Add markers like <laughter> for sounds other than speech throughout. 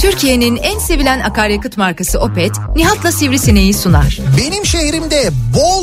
Türkiye'nin en sevilen akaryakıt markası Opet, Nihat'la Sivrisineği sunar. Benim şehrimde bol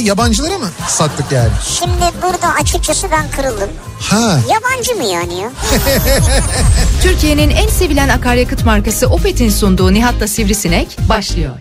yabancılara mı sattık yani? Şimdi burada açıkçası ben kırıldım. Ha. Yabancı mı yani ya? Türkiye'nin en sevilen akaryakıt markası Opet'in sunduğu Nihat'la Sivrisinek başlıyor.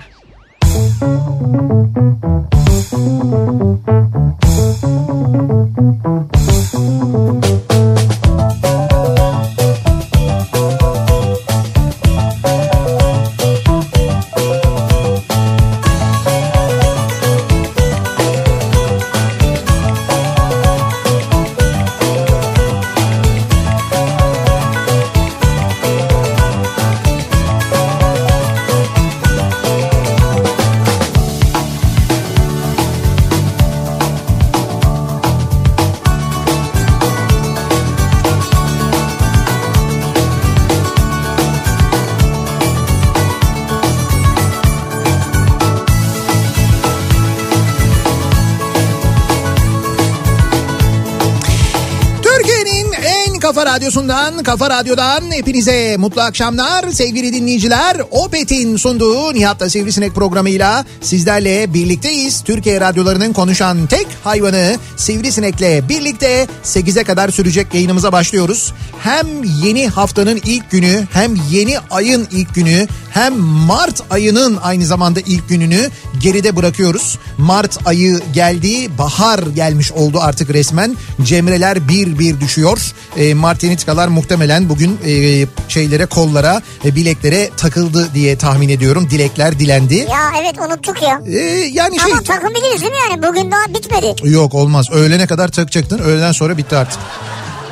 Türkiye'nin en kafa radyosundan, kafa radyodan hepinize mutlu akşamlar sevgili dinleyiciler. Opet'in sunduğu Nihat'la Sivrisinek programıyla sizlerle birlikteyiz. Türkiye radyolarının konuşan tek hayvanı Sivrisinek'le birlikte 8'e kadar sürecek yayınımıza başlıyoruz. Hem yeni haftanın ilk günü hem yeni ayın ilk günü hem Mart ayının aynı zamanda ilk gününü geride bırakıyoruz. Mart ayı geldi, bahar gelmiş oldu artık resmen. Cemreler bir bir düşüyor. E, Martinitkalar muhtemelen bugün e, şeylere, kollara, e, bileklere takıldı diye tahmin ediyorum. Dilekler dilendi. ya evet unuttuk ya. E, yani şey... Ama takabiliriz değil mi yani? Bugün daha bitmedi. Yok olmaz. Öğlene kadar takacaktın. Öğleden sonra bitti artık.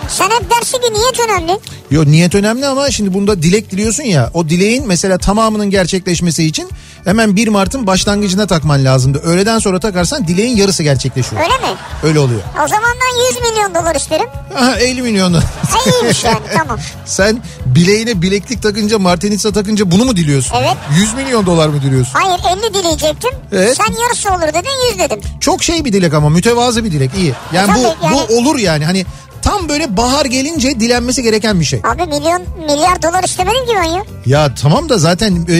Sen hep dersin ki niyet önemli. Yo niyet önemli ama şimdi bunda dilek diliyorsun ya. O dileğin mesela tamamının gerçekleşmesi için hemen 1 Mart'ın başlangıcına takman lazımdı. Öğleden sonra takarsan dileğin yarısı gerçekleşiyor. Öyle mi? Öyle oluyor. O zaman ben 100 milyon dolar isterim. Aha 50 milyonu. Ha iyiymiş yani tamam. <laughs> Sen bileğine bileklik takınca Martinitsa takınca bunu mu diliyorsun? Evet. 100 milyon dolar mı diliyorsun? Hayır 50 dileyecektim. Evet. Sen yarısı olur dedin 100 dedim. Çok şey bir dilek ama mütevazı bir dilek iyi. Yani bu, E, Tabii yani- bu olur yani hani tam böyle bahar gelince dilenmesi gereken bir şey. Abi milyon milyar dolar istemedim ki ben ya. Ya tamam da zaten e,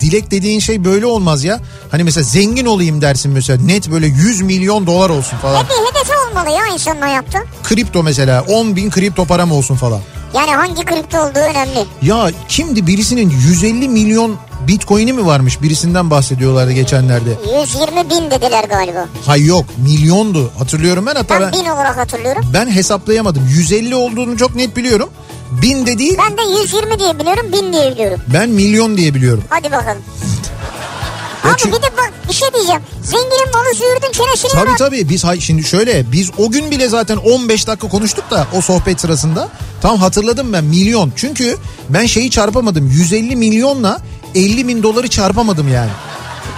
dilek dediğin şey böyle olmaz ya. Hani mesela zengin olayım dersin mesela net böyle 100 milyon dolar olsun falan. Hep bir hedefi olmalı ya insanın hayatta. Kripto mesela 10 bin kripto param olsun falan. Yani hangi kripto olduğu önemli. Ya kimdi birisinin 150 milyon bitcoin'i mi varmış birisinden bahsediyorlardı geçenlerde. 120 bin dediler galiba. Hay yok milyondu hatırlıyorum ben hatta Ben ben, bin olarak hatırlıyorum. ben hesaplayamadım. 150 olduğunu çok net biliyorum. Bin de değil Ben de 120 diye biliyorum bin diye biliyorum. ben milyon diye biliyorum. Hadi bakalım. Ya Abi çünkü- bir de bak bir şey diyeceğim. Zenginin malı züğürdün çenesine Tabii bak. tabii biz hay- şimdi şöyle biz o gün bile zaten 15 dakika konuştuk da o sohbet sırasında tam hatırladım ben milyon. Çünkü ben şeyi çarpamadım 150 milyonla 50 bin doları çarpamadım yani.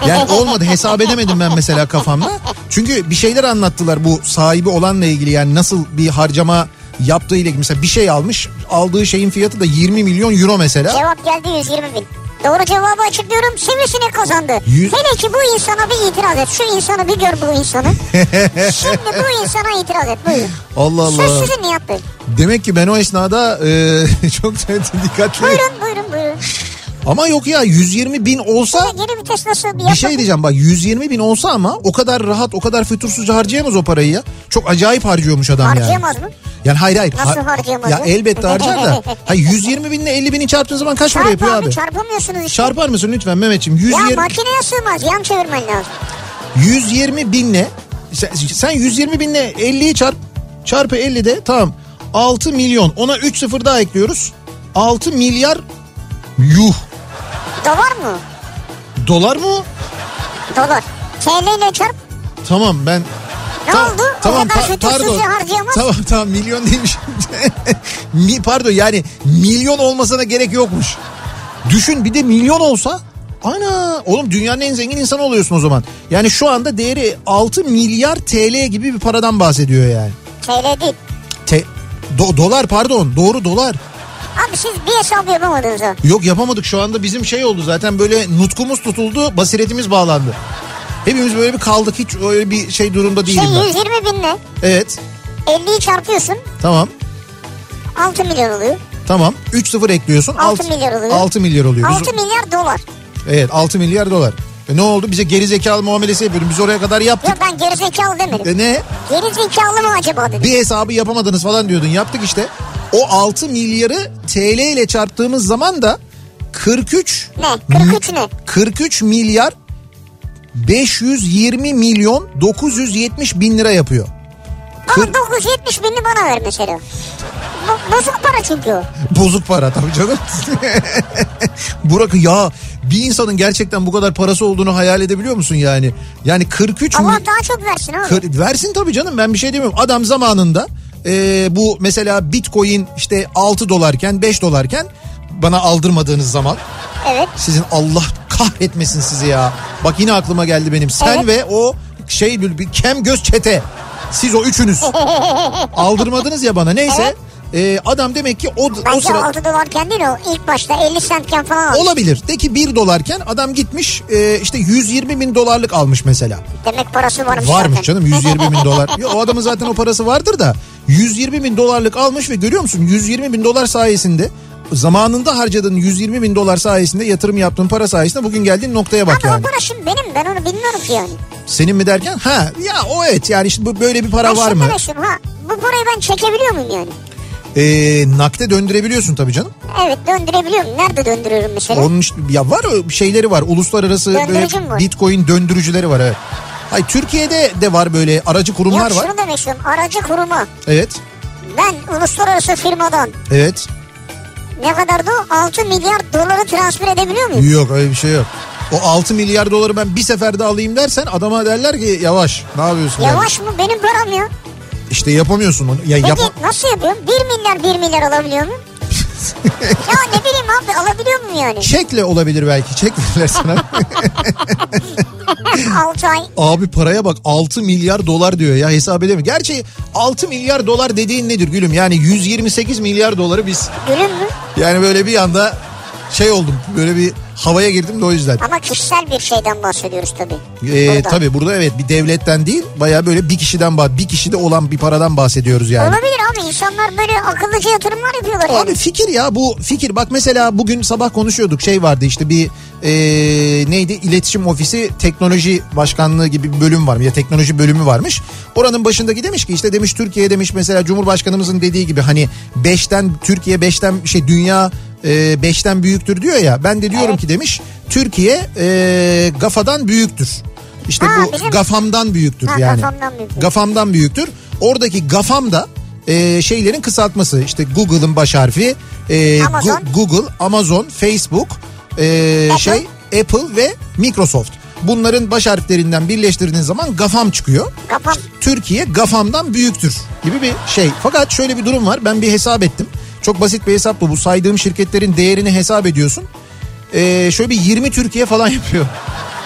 Yani olmadı hesap edemedim ben mesela kafamda. Çünkü bir şeyler anlattılar bu sahibi olanla ilgili yani nasıl bir harcama yaptığı ile ilgili. Mesela bir şey almış aldığı şeyin fiyatı da 20 milyon euro mesela. Cevap geldi 120 bin. Doğru cevabı açıklıyorum. Sivrisine kazandı. Yüz- Hele ki bu insana bir itiraz et. Şu insanı bir gör bu insanı. <laughs> Şimdi bu insana itiraz et. Buyurun. Allah Söz Allah. sizin Nihat Bey. Demek ki ben o esnada e, <laughs> çok dikkatli. Buyurun buyurun buyurun. Ama yok ya 120 bin olsa Sonra geri vites nasıl bir Bir yapalım? şey diyeceğim bak 120 bin olsa ama o kadar rahat o kadar fütursuzca harcayamaz o parayı ya. Çok acayip harcıyormuş adam yani. Harcayamaz mı? Yani hayır hayır. Nasıl harcayamaz Ya ya? elbette harcar <laughs> da. Hayır 120 binle 50 bini çarptığın zaman kaç para Çarp yapıyor abi, abi? çarpamıyorsunuz işte. Çarpar mısın lütfen Mehmetciğim? ya 120, makineye sığmaz. Yan çevirmen lazım. 120 binle sen, sen 120 binle 50'yi çarp çarpı 50 de tamam 6 milyon ona 3 sıfır daha ekliyoruz 6 milyar yuh Dolar mı? dolar mı? Dolar. TL ile çarp. Tamam ben... Ne oldu? O kadar fütursuzca harcayamaz. Tamam tamam <laughs> milyon değilmiş. Mi, pardon yani milyon olmasına gerek yokmuş. Düşün bir de milyon olsa ana oğlum dünyanın en zengin insanı oluyorsun o zaman. Yani şu anda değeri 6 milyar TL gibi bir paradan bahsediyor yani. TL değil. Te- do- dolar pardon doğru dolar. Abi siz bir hesap yapamadınız o. Yok yapamadık şu anda bizim şey oldu zaten böyle nutkumuz tutuldu basiretimiz bağlandı. Hepimiz böyle bir kaldık hiç öyle bir şey durumda değilim Şey ben. 120 binle Evet 50'yi çarpıyorsun tamam 6 milyon oluyor. tamam 3-0 ekliyorsun. Altı Alt- milyar oluyor. 6 milyar oluyor. Biz- 6 milyar dolar. Evet 6 milyar dolar. E ne oldu bize geri zekalı muamelesi yapıyordun biz oraya kadar yaptık. Yok ben gerizekalı demedim. E ne Gerizekalı mı acaba dedim. bir hesabı yapamadınız falan diyordun yaptık işte. O 6 milyarı TL ile çarptığımız zaman da 43 Ne? 43 ne? 43 milyar 520 milyon 970 bin lira yapıyor. Ama Kır- 970 binini bana ver mesela. Bu, bozuk para çünkü o. Bozuk para tabii canım. <laughs> Burak ya bir insanın gerçekten bu kadar parası olduğunu hayal edebiliyor musun yani? Yani 43 mi- Allah daha çok versin abi. Kır- versin tabii canım ben bir şey demiyorum. Adam zamanında e, bu mesela bitcoin işte 6 dolarken 5 dolarken bana aldırmadığınız zaman Evet. sizin Allah kahretmesin sizi ya. Bak yine aklıma geldi benim. Sen Evet. ve o şey bir bir kem göz çete. Siz o <laughs> üçünüz. Aldırmadınız ya bana neyse. e, adam demek ki o, o Bence sıra... 6 dolarken değil o. İlk başta 50 centken falan aldı. Olabilir. De ki 1 dolarken adam gitmiş e, işte 120 bin dolarlık almış mesela. Demek parası varmış, Varmış zaten. canım 120 <laughs> bin dolar. Ya, o adamın zaten o parası vardır da 120 bin dolarlık almış ve görüyor musun 120 bin dolar sayesinde zamanında harcadığın 120 bin dolar sayesinde yatırım yaptığın para sayesinde bugün geldiğin noktaya bak Abi yani. o para şimdi benim ben onu bilmiyorum ki yani. Senin mi derken? Ha ya o evet yani işte bu- böyle bir para Ben var mı? şakalaşıyorum, Ha, bu parayı ben çekebiliyor muyum yani? Ee, nakde döndürebiliyorsun tabii canım. Evet döndürebiliyorum. Nerede döndürüyorum mesela? Onun işte, ya var o şeyleri var. Uluslararası böyle Döndürücü mü var? bitcoin döndürücüleri var evet. Hayır Türkiye'de de var böyle aracı kurumlar Yok var. şunu demek istiyorum. Aracı kurumu. Evet. Ben uluslararası firmadan Evet. ne kadar da 6 milyar doları transfer edebiliyor muyum? Yok öyle bir şey yok. O 6 milyar doları ben bir seferde alayım dersen adama derler ki yavaş ne yapıyorsun? yani? Yavaş mı? Benim param ya. İşte yapamıyorsun onu. Ya Peki yap nasıl yapıyorum? 1 milyar 1 milyar alabiliyor <laughs> muyum? ya ne bileyim abi alabiliyor muyum yani? çekle olabilir belki. Çek verirler <laughs> sana. 6 ay. Abi paraya bak 6 milyar dolar diyor ya hesap edemiyorum. Gerçi 6 milyar dolar dediğin nedir gülüm? Yani 128 milyar doları biz Gülüm mü? yani böyle bir anda şey oldum. Böyle bir havaya girdim de o yüzden. Ama kişisel bir şeyden bahsediyoruz tabii. Ee, Burada. tabii burada evet bir devletten değil baya böyle bir kişiden bah- bir kişide olan bir paradan bahsediyoruz yani. Olabilir abi insanlar böyle akıllıca yatırımlar yapıyorlar yani. Abi fikir ya bu fikir. Bak mesela bugün sabah konuşuyorduk şey vardı işte bir eee, neydi iletişim ofisi teknoloji başkanlığı gibi bir bölüm var ya teknoloji bölümü varmış. Oranın başındaki demiş ki işte demiş Türkiye demiş mesela Cumhurbaşkanımızın dediği gibi hani 5'ten Türkiye 5'ten şey dünya 5'ten büyüktür diyor ya ben de diyorum ki demiş Türkiye eee, GAFA'dan büyüktür. İşte Ha, bu bizim- GAFAM'dan büyüktür Ha, yani. GAFAM'dan büyüktür. Gafam'dan büyüktür. Oradaki Gafam da e, şeylerin kısaltması. İşte Google'ın baş harfi, e, Gu- Amazon. Google, Amazon, Facebook, e, Apple. şey Apple ve Microsoft. Bunların baş harflerinden birleştirdiğiniz zaman Gafam çıkıyor. Kafam Türkiye Gafam'dan büyüktür gibi bir şey. Fakat şöyle bir durum var. Ben bir hesap ettim. Çok basit bir hesap bu. Bu saydığım şirketlerin değerini hesap ediyorsun. Ee, şöyle bir 20 Türkiye falan <laughs> yapıyor.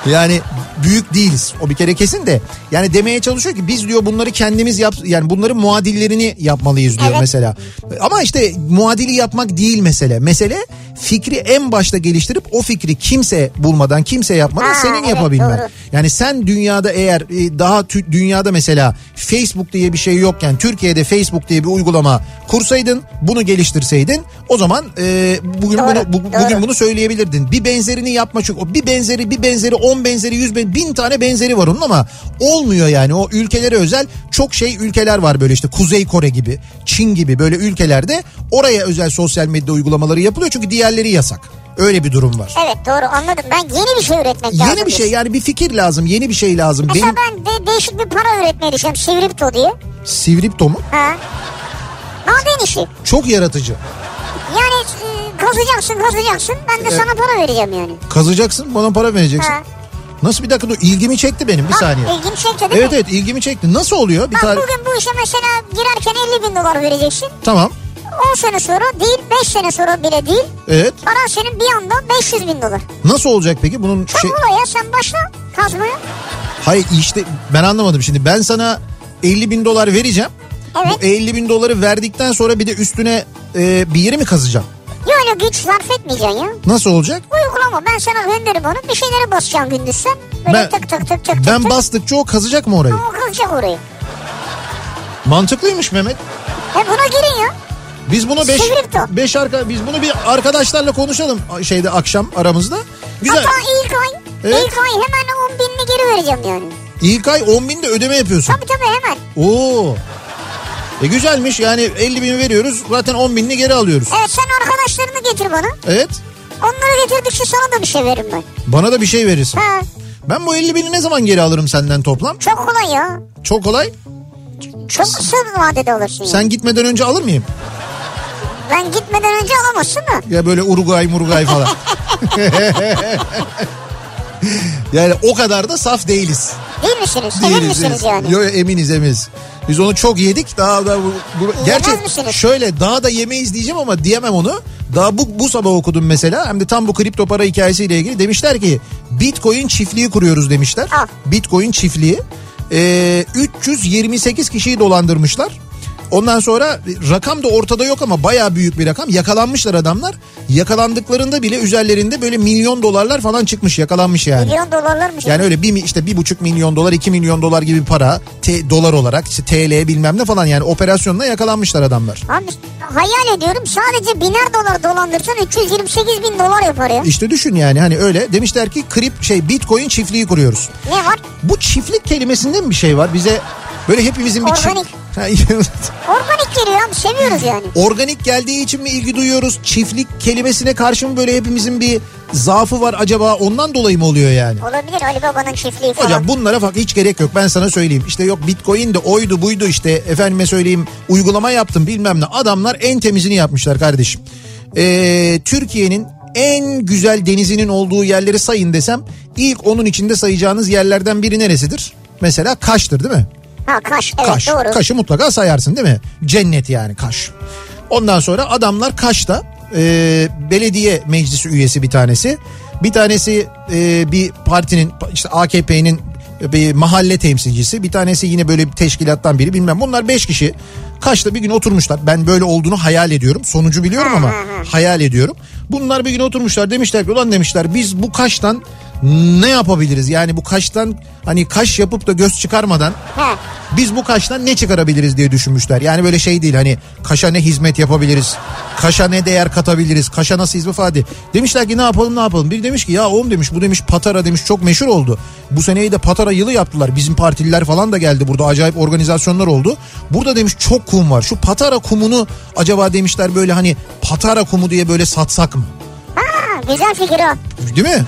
Yani büyük değiliz. O bir kere kesin de. Yani demeye çalışıyor ki biz diyor bunları kendimiz yap yani bunların muadillerini yapmalıyız diyor Evet. mesela. Ama işte muadili yapmak değil mesele. Mesele fikri en başta geliştirip o fikri kimse bulmadan, kimse yapmadan Ha, senin evet, yapabilmen. doğru. Yani sen dünyada eğer e, daha tü- dünyada mesela Facebook diye bir şey yokken Türkiye'de Facebook diye bir uygulama kursaydın bunu geliştirseydin o zaman e, bugün Doğru, bunu bu- doğru. bugün bunu söyleyebilirdin. Bir benzerini yapma çünkü o bir benzeri bir benzeri on benzeri yüz ben bin tane benzeri var onun ama olmuyor yani o ülkelere özel çok şey ülkeler var böyle işte Kuzey Kore gibi Çin gibi böyle ülkelerde oraya özel sosyal medya uygulamaları yapılıyor çünkü diğerleri yasak. Öyle bir durum var. evet doğru anladım. Ben yeni bir şey üretmek lazım. Yeni bir şey diyorsun. yani bir fikir lazım yeni bir şey lazım. Mesela Benim ben de değişik bir para üretmeye düşünüyorum. Sivripto diye. Sivripto mu? Ha. Maden işi. Çok yaratıcı. Yani e, kazacaksın kazacaksın. Ben de sana para vereceğim yani. Kazacaksın bana para vereceksin. Ha. Nasıl bir dakika dur ilgimi çekti benim bir Bak, saniye. İlgimi çekti değil Evet mi? evet ilgimi çekti. Nasıl oluyor? Bir Bak tarif. bugün bu işe mesela girerken 50 bin dolar vereceksin. Tamam. 10 sene sonra değil 5 sene sonra bile değil. Evet. Paran senin bir anda 500 bin dolar. Nasıl olacak peki bunun Çok şey... kolay ya sen başla kazmaya. Hayır işte ben anlamadım şimdi. Ben sana 50 bin dolar vereceğim. Evet. Bu 50 bin doları verdikten sonra bir de üstüne e, bir yeri mi kazacağım? Yani güç sarf etmeyeceksin ya. Nasıl olacak? Uygulama ben sana gönderirim onu bir şeylere basacaksın gündüz sen. Böyle Ben- tık tık tık tık tık Ben tık. bastıkça o kazacak mı orayı? O kılacak orayı. Mantıklıymış Mehmet. E buna girin ya. Biz bunu beş, Sivripto. beş arka, biz bunu bir arkadaşlarla konuşalım şeyde akşam aramızda. Güzel. Hatta ilk ay, Evet. ilk ay hemen 10 binini geri vereceğim yani. İlk ay 10 bin de ödeme yapıyorsun. Tabii tabii hemen. Oo. E güzelmiş yani 50 bin veriyoruz zaten 10 binini geri alıyoruz. Evet sen arkadaşlarını getir bana. Evet. Onları getirdikçe sana da bir şey veririm ben. Bana da bir şey verirsin. Ha, Ben bu 50 bini ne zaman geri alırım senden toplam? çok kolay ya. Çok kolay. Çok kısa vadede olursun. yani. Sen gitmeden önce alır mıyım? Ben gitmeden önce alamazsın da. Ya böyle Uruguay Murugay falan. <laughs> yani o kadar da saf değiliz. Değil misiniz? Emin misiniz yani? Yo, eminiz eminiz. Biz onu çok yedik daha da bu, bu- gerçi misiniz? şöyle daha da yemeyiz diyeceğim ama diyemem onu. Daha bu, bu sabah okudum mesela hem de tam bu kripto para hikayesiyle ilgili demişler ki bitcoin çiftliği kuruyoruz demişler. Ah. Bitcoin çiftliği Ee, 328 kişiyi dolandırmışlar. Ondan sonra rakam da ortada yok ama bayağı büyük bir rakam. Yakalanmışlar adamlar. Yakalandıklarında bile üzerlerinde böyle milyon dolarlar falan çıkmış yakalanmış yani. Milyon dolarlarmış. Yani öyle bir mi- işte bir buçuk milyon dolar, iki milyon dolar gibi para te- dolar olarak işte TL bilmem ne falan yani operasyonla yakalanmışlar adamlar. Abi hayal ediyorum sadece biner dolar dolandırsan 328 bin dolar yapar ya. İşte düşün yani hani öyle demişler ki krip şey bitcoin çiftliği kuruyoruz. Ne var? Bu çiftlik kelimesinde mi bir şey var bize böyle hepimizin bir çi- Organik. Ha, <laughs> Organik geliyor abi seviyoruz yani. Organik geldiği için mi ilgi duyuyoruz? Çiftlik kelimesine karşı mı böyle hepimizin bir zaafı var acaba ondan dolayı mı oluyor yani? Olabilir Ali Baba'nın çiftliği falan. Hocam bunlara bak hiç gerek yok ben sana söyleyeyim. İşte yok bitcoin de oydu buydu işte efendime söyleyeyim uygulama yaptım bilmem ne. Adamlar en temizini yapmışlar kardeşim. Ee, Türkiye'nin en güzel denizinin olduğu yerleri sayın desem ilk onun içinde sayacağınız yerlerden biri neresidir? Mesela Kaş'tır değil mi? Ha Kaş evet Kaş. doğru. Kaş'ı mutlaka sayarsın değil mi? Cennet yani Kaş. Ondan sonra adamlar Kaş'ta e, belediye meclisi üyesi bir tanesi. Bir tanesi e, bir partinin işte AKP'nin bir mahalle temsilcisi. Bir tanesi yine böyle bir teşkilattan biri bilmem. Bunlar beş kişi Kaş'ta bir gün oturmuşlar. Ben böyle olduğunu hayal ediyorum. Sonucu biliyorum <laughs> ama hayal ediyorum. Bunlar bir gün oturmuşlar demişler ki ulan demişler biz bu Kaş'tan ne yapabiliriz? Yani bu Kaş'tan hani Kaş yapıp da göz çıkarmadan He. biz bu kaştan ne çıkarabiliriz diye düşünmüşler. Yani böyle şey değil hani kaşa ne hizmet yapabiliriz, kaşa ne değer katabiliriz, kaşa nasıl hizmet falan diye. Demişler ki ne yapalım ne yapalım. Biri demiş ki ya oğlum demiş bu demiş Patara demiş çok meşhur oldu. Bu seneyi de Patara yılı yaptılar. Bizim partililer falan da geldi burada acayip organizasyonlar oldu. Burada demiş çok kum var. Şu Patara kumunu acaba demişler böyle hani Patara kumu diye böyle satsak mı? Ha, güzel fikir o. Değil mi?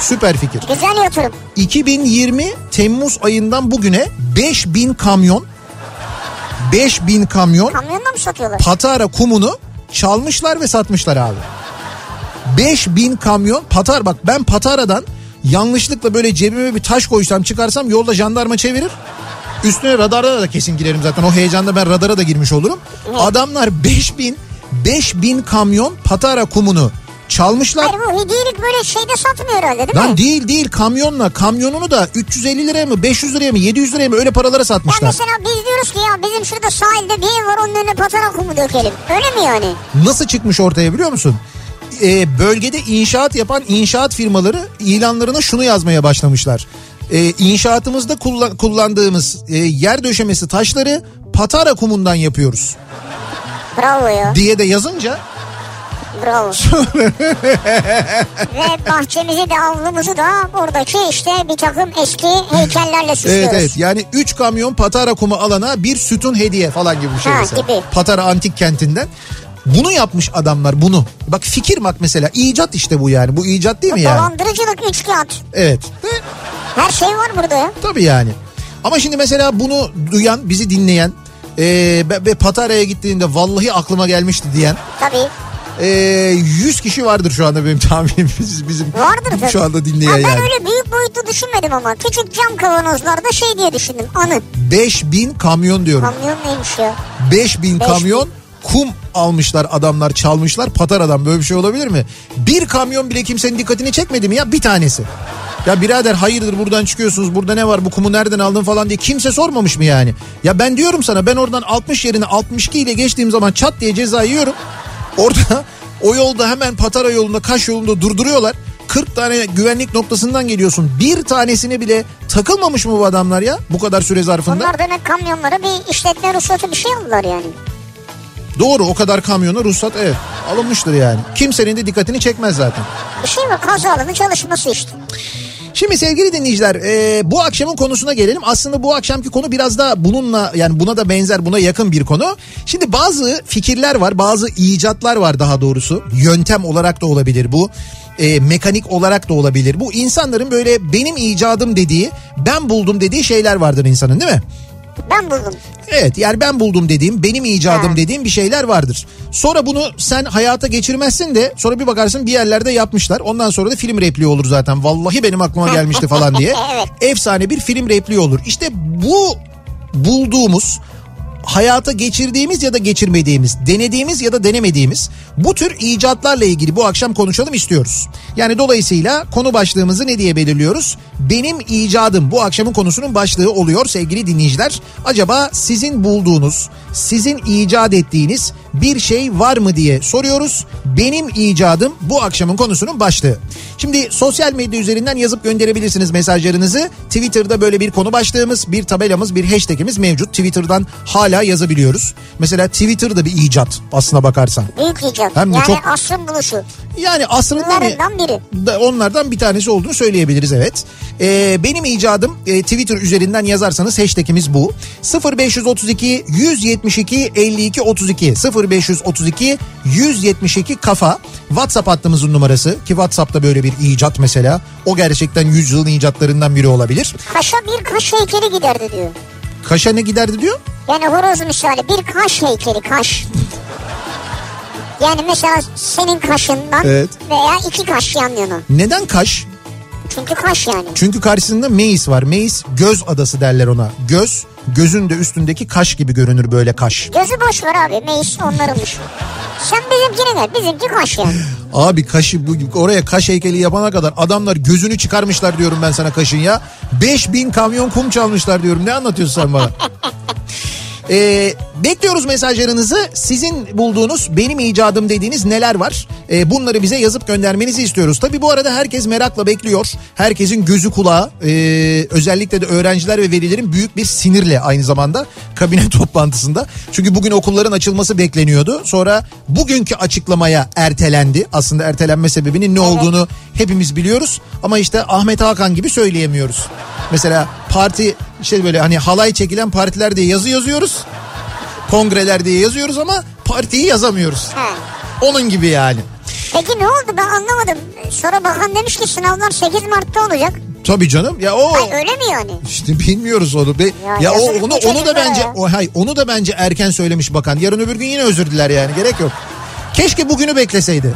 Süper fikir. Güzel yatırım. 2020 Temmuz ayından bugüne 5000 kamyon 5000 kamyon Kamyonda mı satıyorlar? Patara kumunu çalmışlar ve satmışlar abi. 5000 kamyon Patar bak ben Patara'dan yanlışlıkla böyle cebime bir taş koysam çıkarsam yolda jandarma çevirir. Üstüne radara da kesin girerim zaten o heyecanda ben radara da girmiş olurum. Adamlar 5000 5000 kamyon Patara kumunu çalmışlar. Hayır bu hediyelik böyle şeyde satmıyor herhalde değil Lan mi? değil değil kamyonla kamyonunu da 350 liraya mı 500 liraya mı 700 liraya mı öyle paralara Ya satmışlar. mesela biz diyoruz ki ya bizim şurada sahilde bir ev var onun önüne patara kumu dökelim. Öyle mi yani? Nasıl çıkmış ortaya biliyor musun? Ee, bölgede inşaat yapan inşaat firmaları ilanlarına şunu yazmaya başlamışlar. Ee, inşaatımızda kullan- kullandığımız e, yer döşemesi taşları patara kumundan yapıyoruz Bravo ya. diye de yazınca Bravo. <laughs> Ve bahçemizi de avlumuzu da buradaki işte bir takım eski heykellerle süslüyoruz. Evet evet yani 3 kamyon Patara kumu alana bir sütun hediye falan gibi bir şey Ha, mesela. gibi. Patara antik kentinden. Bunu yapmış adamlar bunu. Bak fikir bak mesela icat işte bu yani. Bu icat değil mi yani? Dolandırıcılık üç kağıt. Evet. Ve Her şey var burada ya. Tabii yani. Ama şimdi mesela bunu duyan, bizi dinleyen e, ve- ve Patara'ya gittiğinde vallahi aklıma gelmişti diyen Tabii. e, 100 kişi vardır şu anda benim tahminim. Biz- <laughs> Bizim Vardır tabii. şu anda Ha, dinleyen ben yani. öyle büyük boyutlu düşünmedim ama. Küçük cam kavanozlarda şey diye düşündüm. Anı. 5000 kamyon diyorum. Kamyon neymiş ya? 5000 kamyon kum almışlar adamlar çalmışlar patar adam böyle bir şey olabilir mi? Bir kamyon bile kimsenin dikkatini çekmedi mi ya bir tanesi? Ya birader hayırdır buradan çıkıyorsunuz burada ne var bu kumu nereden aldın falan diye kimse sormamış mı yani? Ya ben diyorum sana ben oradan 60 yerine 62 ile geçtiğim zaman çat diye ceza yiyorum. Orada o yolda hemen Patara yolunda Kaş yolunda durduruyorlar. 40 tane güvenlik noktasından geliyorsun. Bir tanesine bile takılmamış mı bu adamlar ya bu kadar süre zarfında? Onlar demek kamyonlara bir işletme ruhsatı bir şey aldılar yani. Doğru o kadar kamyona ruhsat evet alınmıştır yani. Kimsenin de dikkatini çekmez zaten. Bir şey var kazaların çalışması işte. Şimdi sevgili dinleyiciler e, bu akşamın konusuna gelelim. Aslında bu akşamki konu biraz da bununla yani buna da benzer buna yakın bir konu. Şimdi bazı fikirler var bazı icatlar var daha doğrusu. Yöntem olarak da olabilir bu. E, mekanik olarak da olabilir. Bu insanların böyle benim icadım dediği ben buldum dediği şeyler vardır insanın değil mi? Ben buldum. Evet yani ben buldum dediğim benim icadım Ha. dediğim bir şeyler vardır. Sonra bunu sen hayata geçirmezsin de sonra bir bakarsın bir yerlerde yapmışlar. Ondan sonra da film repliği olur zaten. Vallahi benim aklıma gelmişti falan diye. Efsane bir film repliği olur. İşte bu bulduğumuz hayata geçirdiğimiz ya da geçirmediğimiz, denediğimiz ya da denemediğimiz bu tür icatlarla ilgili bu akşam konuşalım istiyoruz. Yani dolayısıyla konu başlığımızı ne diye belirliyoruz? Benim icadım bu akşamın konusunun başlığı oluyor sevgili dinleyiciler. Acaba sizin bulduğunuz, sizin icat ettiğiniz bir şey var mı diye soruyoruz. Benim icadım bu akşamın konusunun başlığı. Şimdi sosyal medya üzerinden yazıp gönderebilirsiniz mesajlarınızı. Twitter'da böyle bir konu başlığımız, bir tabelamız, bir hashtagimiz mevcut. Twitter'dan hala yazabiliyoruz. Mesela Twitter'da bir icat aslına bakarsan. Büyük icat. Hem de yani çok- asrın buluşu. Yani aslında Bunlarından biri. da onlardan bir tanesi olduğunu söyleyebiliriz evet. Ee, benim icadım e, Twitter üzerinden yazarsanız hashtagimiz bu. 0532 172 52 32 0532 172 kafa WhatsApp hattımızın numarası ki WhatsApp'ta böyle bir icat mesela o gerçekten yüzyılın icatlarından biri olabilir. Kaşa bir kaş heykeli giderdi diyor. Kaşa ne giderdi diyor? Yani horoz misali bir kaş heykeli kaş. Yani mesela senin kaşından Evet. veya iki kaş yan yana. Neden kaş? Çünkü kaş yani. Çünkü karşısında meis var. Meis göz adası derler ona. Göz gözün de üstündeki kaş gibi görünür böyle kaş. Gözü boş ver abi meclis onlarınmış. şey. Sen bizimkine ver bizimki kaş yani. Abi kaşı bu, oraya kaş heykeli yapana kadar adamlar gözünü çıkarmışlar diyorum ben sana kaşın ya. 5000 kamyon kum çalmışlar diyorum ne anlatıyorsun sen bana? Ee, bekliyoruz mesajlarınızı. Sizin bulduğunuz, benim icadım dediğiniz neler var? Ee, bunları bize yazıp göndermenizi istiyoruz. Tabii bu arada herkes merakla bekliyor. Herkesin gözü kulağı, ee, özellikle de öğrenciler ve velilerin büyük bir sinirle aynı zamanda kabine <laughs> toplantısında. Çünkü bugün okulların açılması bekleniyordu. Sonra bugünkü açıklamaya ertelendi. Aslında ertelenme sebebinin ne olduğunu hepimiz biliyoruz. Ama işte Ahmet Hakan gibi söyleyemiyoruz. Mesela parti şey böyle hani halay çekilen partiler diye yazı yazıyoruz. Kongreler diye yazıyoruz ama partiyi yazamıyoruz. He. Onun gibi yani. Peki ne oldu ben anlamadım. Sonra bakan demiş ki sınavlar 8 Mart'ta olacak. Tabii canım. Ya o Ay öyle mi yani? işte bilmiyoruz onu. Be, ya, Ya o onu yazık bu onu da çocuklara bence ya. o hay onu da bence erken söylemiş bakan. Yarın öbür gün yine özür diler yani. Gerek yok. Keşke bugünü bekleseydi.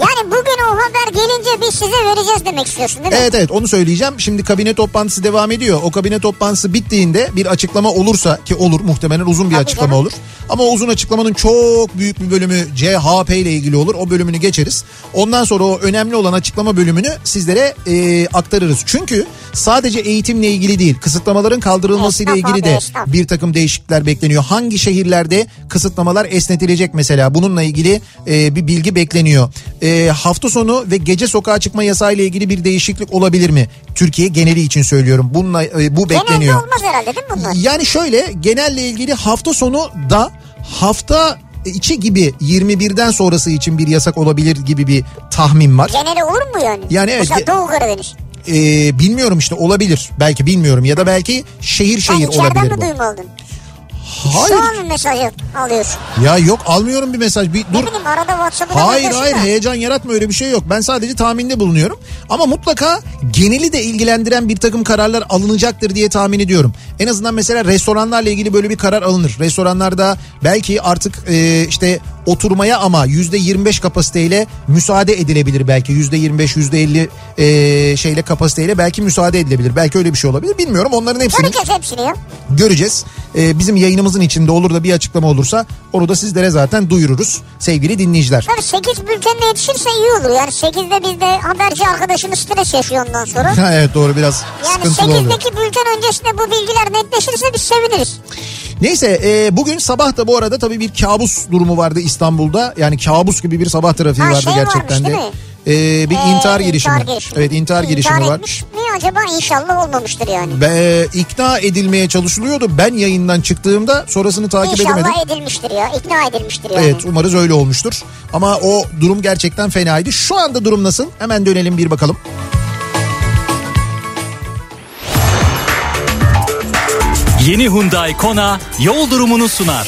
Yani bugün o haber gelince biz size vereceğiz demek istiyorsun değil mi? Evet evet onu söyleyeceğim. Şimdi kabine toplantısı devam ediyor. O kabine toplantısı bittiğinde bir açıklama olursa ki olur muhtemelen uzun bir Tabii açıklama canım. olur. Ama o uzun açıklamanın çok büyük bir bölümü CHP ile ilgili olur. O bölümünü geçeriz. Ondan sonra o önemli olan açıklama bölümünü sizlere e, aktarırız. Çünkü sadece eğitimle ilgili değil kısıtlamaların kaldırılmasıyla Esnaf ilgili abi, de esnaf. bir takım değişiklikler bekleniyor. Hangi şehirlerde kısıtlamalar esnetilecek mesela bununla ilgili e, bir bilgi bekleniyor. E, hafta sonu ve gece sokağa çıkma yasağı ile ilgili bir değişiklik olabilir mi? Türkiye geneli için söylüyorum. Bununla e, bu Genelde bekleniyor. olmaz herhalde değil mi bunlar? Yani şöyle genelle ilgili hafta sonu da hafta içi gibi 21'den sonrası için bir yasak olabilir gibi bir tahmin var. Genelde olur mu yani? Yani evet, Mesela ge- Doğu Karadeniz. E, bilmiyorum işte olabilir. Belki bilmiyorum ya da belki şehir Sen şehir içeriden Şey olabilir mi bu. duyma oldun? Hayır. Şu an mı mesaj alıyorsun? Ya yok almıyorum bir mesaj. Bir dur. Ne bileyim arada WhatsApp'ı da Hayır bakıyorsun hayır da. heyecan yaratma öyle bir şey yok. Ben sadece tahminde bulunuyorum. Ama mutlaka geneli de ilgilendiren bir takım kararlar alınacaktır diye tahmin ediyorum. En azından mesela restoranlarla ilgili böyle bir karar alınır. Restoranlarda belki artık e, işte oturmaya ama yüzde 25 kapasiteyle müsaade edilebilir belki yüzde 25 yüzde 50 e, şeyle kapasiteyle belki müsaade edilebilir belki öyle bir şey olabilir bilmiyorum onların hepsini Göreceğiz hepsini ya. göreceğiz. E, bizim yayınımızın içinde olur da bir açıklama olursa onu da sizlere zaten duyururuz sevgili dinleyiciler. Tabii 8 bültenle yetişirse iyi olur yani. 8'de bizde haberci arkadaşımız stres yaşıyor ondan sonra. Ha, evet doğru biraz Yani sıkıntılı oluyor. 8'deki bülten öncesinde bu bilgiler netleşirse biz seviniriz. Neyse e, bugün sabah da bu arada tabii bir kabus durumu vardı İstanbul'da. Yani kabus gibi bir sabah trafiği Ha, vardı şey gerçekten varmış, de. değil mi? E, bir Ee, intihar girişimi. Evet intihar girişimi var. etmiş mi acaba inşallah olmamıştır yani. Ve ikna edilmeye çalışılıyordu. Ben yayından çıktığımda sonrasını takip İnşallah edemedim. edilmiştir ya. ikna edilmiştir yani. Evet umarız öyle olmuştur. Ama o durum gerçekten fenaydı. Şu anda durum nasıl? Hemen dönelim bir bakalım. Yeni Hyundai Kona yol durumunu sunar.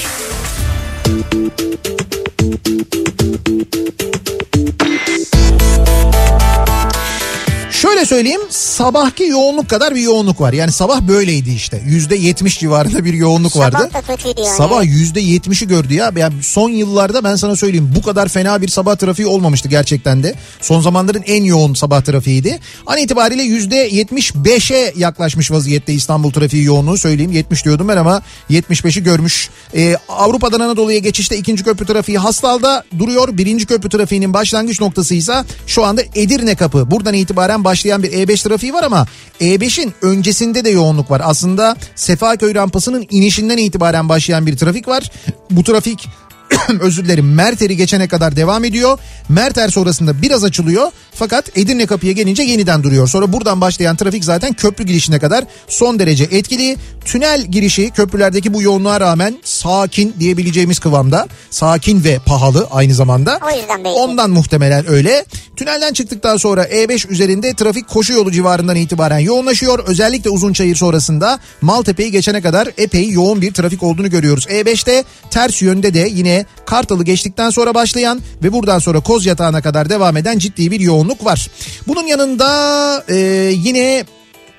Şöyle söyleyeyim sabahki yoğunluk kadar bir yoğunluk var. Yani sabah böyleydi işte. Yüzde yetmiş civarında bir yoğunluk vardı. Sabah da kötüydü yani. Sabah yüzde yetmişi gördü ya. Yani son yıllarda ben sana söyleyeyim bu kadar fena bir sabah trafiği olmamıştı gerçekten de. Son zamanların en yoğun sabah trafiğiydi. An itibariyle yüzde yetmiş beşe yaklaşmış vaziyette İstanbul trafiği yoğunluğu söyleyeyim. 70 diyordum ben ama 75'i görmüş. Ee, Avrupa'dan Anadolu'ya geçişte ikinci köprü trafiği Hastal'da duruyor. Birinci köprü trafiğinin başlangıç noktası ise şu anda Edirne kapı. Buradan itibaren başlayan bir E5 trafiği var ama E5'in E öncesinde de yoğunluk var. Aslında Sefaköy rampasının inişinden itibaren başlayan bir trafik var. Bu trafik <clears throat> özür dilerim Merter'i geçene kadar devam ediyor. Merter sonrasında biraz açılıyor fakat Edirne kapıya gelince yeniden duruyor. Sonra buradan başlayan trafik zaten köprü girişine kadar son derece etkili. Tünel girişi köprülerdeki bu yoğunluğa rağmen sakin diyebileceğimiz kıvamda. Sakin ve pahalı aynı zamanda. O yüzden belki. Ondan muhtemelen öyle. Tünelden çıktıktan sonra E5 üzerinde trafik koşu yolu civarından itibaren yoğunlaşıyor. Özellikle Uzunçayır sonrasında Maltepe'yi geçene kadar epey yoğun bir trafik olduğunu görüyoruz. E5'te ters yönde de yine Kartal'ı geçtikten sonra başlayan ve buradan sonra Koz Yatağı'na kadar devam eden ciddi bir yoğunluk var. Bunun yanında e, yine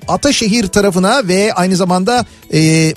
Ataşehir tarafına ve aynı zamanda e,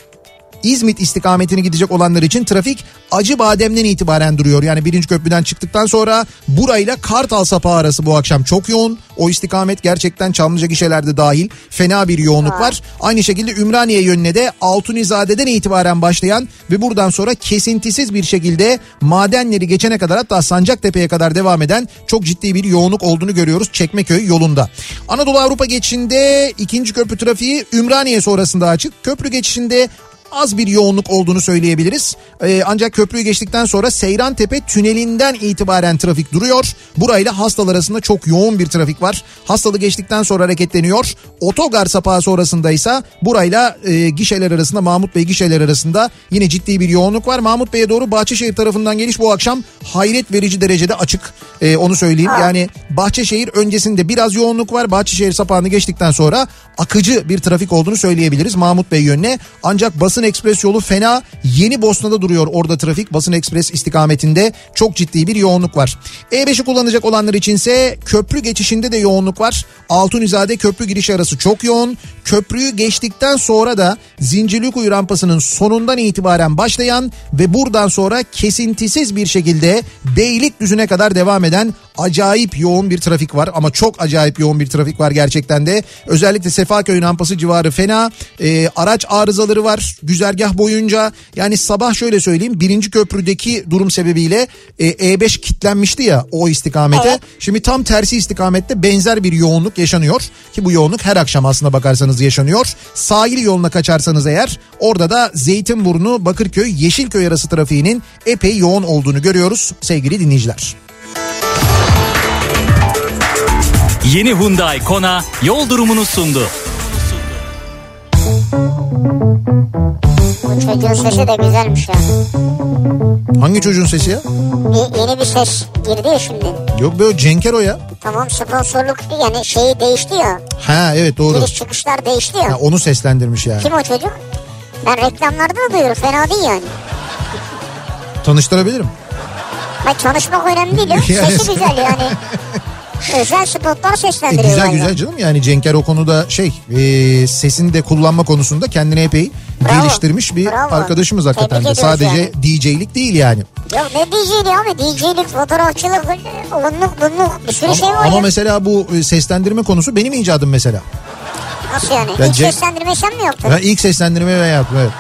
İzmit istikametine gidecek olanlar için trafik Acı Badem'den itibaren duruyor. Yani birinci köprüden çıktıktan sonra burayla Kartal Sapağı arası bu akşam çok yoğun. O istikamet gerçekten Çamlıca gişelerde dahil fena bir yoğunluk var. Aynı şekilde Ümraniye yönüne de Altunizade'den itibaren başlayan ve buradan sonra kesintisiz bir şekilde madenleri geçene kadar hatta Sancaktepe'ye kadar devam eden çok ciddi bir yoğunluk olduğunu görüyoruz Çekmeköy yolunda. Anadolu Avrupa geçişinde ikinci köprü trafiği Ümraniye sonrasında açık. Köprü geçişinde az bir yoğunluk olduğunu söyleyebiliriz. Ee, ancak köprüyü geçtikten sonra Seyran Tepe tünelinden itibaren trafik duruyor. Burayla Hastal arasında çok yoğun bir trafik var. Hastalı geçtikten sonra hareketleniyor. Otogar sapağı sonrasında ise burayla e, gişeler arasında Mahmut Bey gişeler arasında yine ciddi bir yoğunluk var. Mahmut Bey'e doğru Bahçeşehir tarafından geliş bu akşam hayret verici derecede açık. Ee, onu söyleyeyim. Yani Bahçeşehir öncesinde biraz yoğunluk var. Bahçeşehir sapağını geçtikten sonra akıcı bir trafik olduğunu söyleyebiliriz Mahmut Bey yönüne. Ancak Basın Ekspres yolu fena. Yeni Bosna'da duruyor orada trafik. Basın Ekspres istikametinde çok ciddi bir yoğunluk var. E5'i kullanacak olanlar içinse köprü geçişinde de yoğunluk var. Altunizade köprü girişi arası çok yoğun. Köprüyü geçtikten sonra da Zincirlikuyu rampasının sonundan itibaren başlayan ve buradan sonra kesintisiz bir şekilde Beylikdüzü'ne kadar devam eden acayip yoğun bir trafik var ama çok acayip yoğun bir trafik var gerçekten de. Özellikle Sefaköy rampası civarı fena. Ee, araç arızaları var güzergah boyunca. Yani sabah şöyle söyleyeyim birinci köprüdeki durum sebebiyle e, E5 kitlenmişti ya o istikamete. Evet. Şimdi tam tersi istikamette benzer bir yoğunluk yaşanıyor ki bu yoğunluk her akşam aslına bakarsanız yaşanıyor. Sahil yoluna kaçarsanız eğer orada da Zeytinburnu Bakırköy Yeşilköy arası trafiğinin epey yoğun olduğunu görüyoruz sevgili dinleyiciler. Yeni Hyundai Kona yol durumunu sundu. Bu çocuğun sesi de güzelmiş ya. Hangi çocuğun sesi ya? Bir, yeni bir ses girdi ya şimdi. Yok be o Cenkero ya. Tamam sponsorluk yani şeyi değişti ya. Ha evet doğru. Giriş çıkışlar değişti ya. Ha, onu seslendirmiş yani. Kim o çocuk? Ben reklamlarda da duyuyorum fena değil yani. Tanıştırabilirim. Bak çalışmak önemli değil. ya. <laughs> Yani- <laughs> Sesi güzel yani. özel spotlar E, seslendiriyor. güzel yani. güzel canım yani Cenker o konuda şey e, sesini de kullanma konusunda kendini epey Bravo. geliştirmiş bir Bravo. arkadaşımız hakikaten de. Tebrik ediyoruz Sadece DJ'lik değil yani. Ya ne DJ'li abi DJ'lik, fotoğrafçılık, onluk bunluk bir sürü şey var ama ama ya. mesela bu e, seslendirme konusu benim icadım mesela. Nasıl yani? Ya Hiç Cenk- seslendirme sen mi yoktu? Ben ilk seslendirme ben yaptım evet.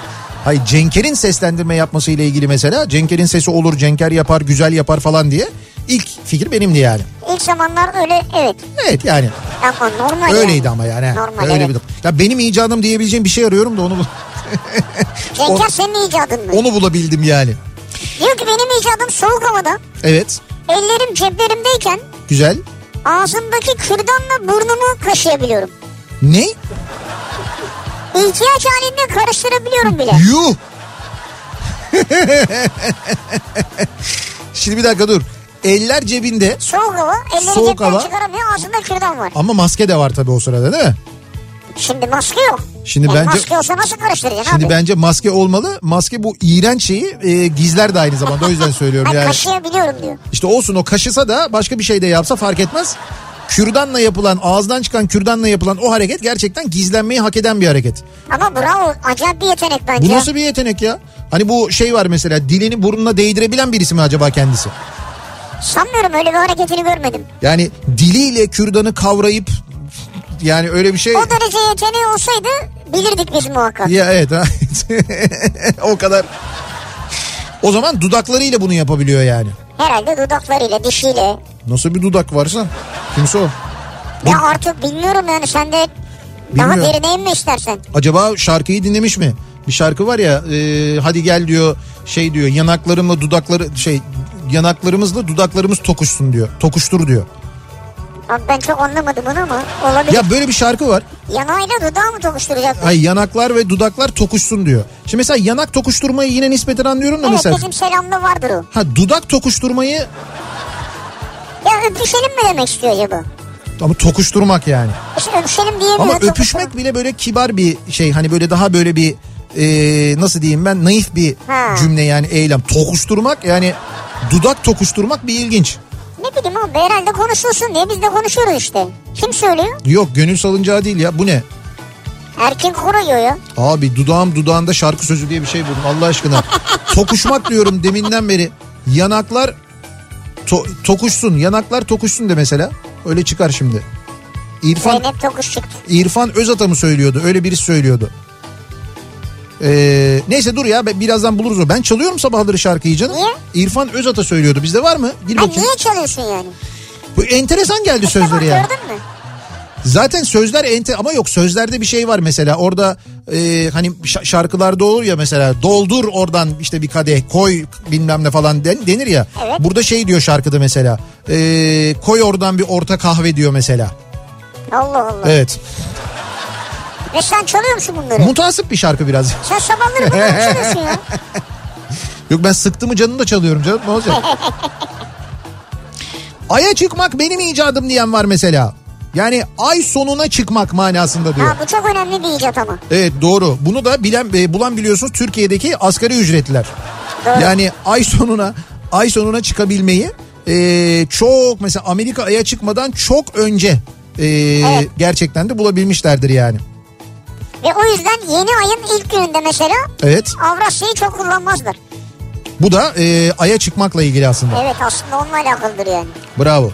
Hayır Cenker'in seslendirme yapması ile ilgili mesela Cenker'in sesi olur Cenker yapar güzel yapar falan diye ilk fikir benimdi yani. İlk zamanlar öyle evet. Evet yani Ama normal öyleydi yani. ama yani. he. Normal Öyle evet. bir Ya benim icadım diyebileceğim bir şey arıyorum da onu bul- Cenker senin icadın mı? onu bulabildim yani. Diyor ki benim icadım soğuk havada. Evet Ellerim ceplerimdeyken güzel. ağzımdaki kürdanla burnumu kaşıyabiliyorum. Ne? İhtiyaç halinde karıştırabiliyorum bile. Yuh. <laughs> Şimdi bir dakika dur. Eller cebinde Soğuk hava elleri Soğuk cepten hava. çıkaramıyor ağzında kürdan var. ama maske de var tabii o sırada değil mi? Şimdi maske yok. Şimdi E, bence- Maske olsa nasıl karıştıracaksın Şimdi abi? bence maske olmalı. Maske bu iğrenç şeyi e, gizler de aynı zamanda. O yüzden söylüyorum <laughs> Ben yani. kaşıyabiliyorum diyor. İşte olsun o kaşısa da başka bir şey de yapsa fark etmez. Kürdanla yapılan, ağızdan çıkan kürdanla yapılan o hareket gerçekten gizlenmeyi hak eden bir hareket. Ama bravo acayip bir yetenek bence. Bu nasıl bir yetenek ya? Hani bu şey var mesela dilini burnuna değdirebilen birisi mi acaba kendisi? Sanmıyorum öyle bir hareketini görmedim. Yani diliyle kürdanı kavrayıp yani öyle bir şey... O derece yeteneği olsaydı bilirdik biz muhakkak. Ya evet ha. <laughs> o kadar. O zaman dudaklarıyla bunu yapabiliyor yani. Herhalde dudaklarıyla, dişiyle. Nasıl bir dudak varsa kimse o. Ya artık bilmiyorum yani sen de daha Bilmiyorum. derine inme istersen. Acaba şarkıyı dinlemiş mi? Bir şarkı var ya e, hadi gel diyor şey diyor yanaklarımla dudakları şey yanaklarımızla dudaklarımız tokuşsun diyor. Tokuştur diyor. Abi ben çok anlamadım bunu ama olabilir. Ya böyle bir şarkı var. Yanağıyla dudağı mı tokuşturacak? Ay yanaklar ve dudaklar tokuşsun diyor. Şimdi mesela yanak tokuşturmayı yine nispeten anlıyorum da Evet mesela. bizim selamda vardır o. Ha dudak tokuşturmayı Ya öpüşelim mi demek istiyor acaba? ama tokuşturmak yani. İşte öpüşelim diyemiyor. Ama çok- öpüşmek bile böyle kibar bir şey hani böyle daha böyle bir e, nasıl diyeyim ben naif bir Ha. cümle yani eylem. Tokuşturmak yani dudak tokuşturmak bir ilginç. Ne bileyim abi herhalde konuşulsun diye biz de konuşuyoruz işte. Kim söylüyor? Yok gönül salıncağı değil ya bu ne? Erkin Koruyor ya. Abi dudağım dudağında şarkı sözü diye bir şey buldum Allah aşkına. Tokuşmak diyorum deminden beri. Yanaklar to- tokuşsun yanaklar tokuşsun de mesela. Öyle çıkar şimdi. İrfan Zeynep Tokuş çıktı. İrfan Özata mı söylüyordu? Öyle birisi söylüyordu. Ee, neyse dur ya ben- birazdan buluruz o. Ben çalıyorum sabahları şarkıyı canım. Niye? İrfan Özata söylüyordu. Bizde var mı? Gir Ha, bakayım. niye çalıyorsun yani? Bu enteresan geldi sözleri Tamam, ya. gördün mü? Zaten sözler ente ama yok sözlerde bir şey var mesela orada e, hani şa- şarkılarda olur ya mesela doldur oradan işte bir kadeh koy bilmem ne falan den- denir ya. Evet. Burada şey diyor şarkıda mesela e, koy oradan bir orta kahve diyor mesela. Allah Allah. Evet Ve E sen çalıyor musun bunları? mutasip bir şarkı biraz. sen sabahları <laughs> bunu mu çalıyorsun ya? Yok ben sıktı mı canını da çalıyorum canım ne olacak? <laughs> Ay'a çıkmak benim icadım diyen var mesela. Yani ay sonuna çıkmak manasında diyor. Ha, bu çok önemli bir icat ama. Evet doğru. Bunu da bilen e, bulan biliyorsunuz Türkiye'deki asgari ücretliler. Doğru. Yani ay sonuna ay sonuna çıkabilmeyi e, çok mesela Amerika aya çıkmadan çok önce e, Evet. gerçekten de bulabilmişlerdir yani. Ve o yüzden yeni ayın ilk gününde mesela Evet. Avrasya'yı çok kullanmazlar. Bu da e, aya çıkmakla ilgili aslında. Evet aslında onunla alakalıdır yani. Bravo.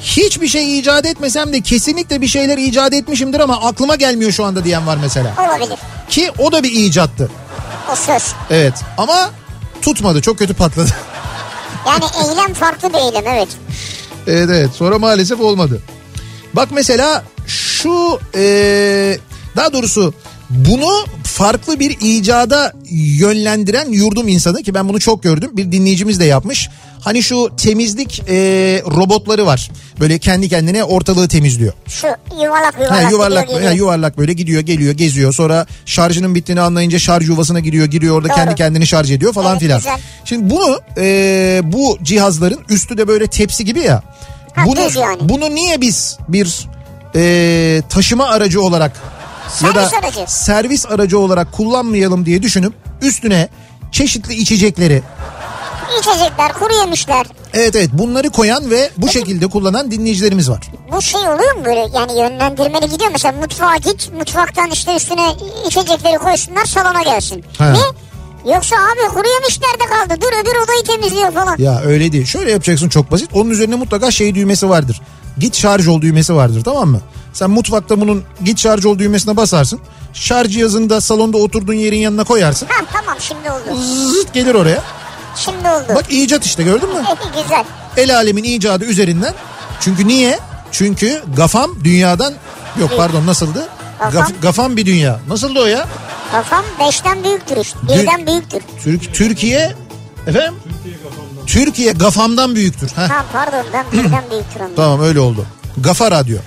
Hiçbir şey icat etmesem de kesinlikle bir şeyler icat etmişimdir ama aklıma gelmiyor şu anda diyen var mesela. Olabilir. Ki o da bir icattı. O söz. Evet ama tutmadı çok kötü patladı. <laughs> Yani eylem farklı bir eylem evet. Evet evet sonra maalesef olmadı. Bak mesela şu eee, daha doğrusu bunu farklı bir icada yönlendiren yurdum insanı ki ben bunu çok gördüm. Bir dinleyicimiz de yapmış. Hani şu temizlik eee, robotları var. Böyle kendi kendine ortalığı temizliyor. Şu yuvarlak yuvarlak. Ha, yuvarlak gidiyor, ha, geliyor. yuvarlak böyle gidiyor geliyor geziyor sonra şarjının bittiğini anlayınca şarj yuvasına giriyor giriyor orada Doğru. kendi kendini şarj ediyor falan Evet, filan. güzel. Şimdi bunu e, bu cihazların üstü de böyle tepsi gibi ya. Ha, bunu, düz yani. bunu niye biz bir e, taşıma aracı olarak ya da Servis aracı. servis aracı olarak kullanmayalım diye düşünüp üstüne çeşitli içecekleri İçecekler, kuru yemişler, Evet evet bunları koyan ve bu şekilde kullanan dinleyicilerimiz var. Bu şey oluyor mu böyle yani yönlendirmeli gidiyor mu? mesela mutfağa git mutfaktan işte üstüne içecekleri koysunlar salona gelsin. He. Ne? Yoksa abi kuru yemiş nerede kaldı dur öbür odayı temizliyor falan. Ya öyle değil. Şöyle yapacaksın çok basit. Onun üzerine mutlaka şey düğmesi vardır. Git şarj ol düğmesi vardır tamam mı? Sen mutfakta bunun git şarj ol düğmesine basarsın. Şarj cihazını da salonda oturduğun yerin yanına koyarsın. Ha tamam şimdi oldu. Zıt gelir oraya. Şimdi oldu. <laughs> Bak icat işte gördün mü? Güzel. El alemin icadı üzerinden. Çünkü niye? Çünkü gafam dünyadan... Yok pardon nasıldı? Gafam? Gaf- gafam bir dünya. Nasıldı o ya? Kafam beşten büyüktür işte. Birden büyüktür. Türk Türkiye... Efendim? Türkiye gafamdan büyüktür. Heh. Ha pardon ben <clears throat> birden büyüktür onu. Tamam öyle oldu. Gafa Radyo.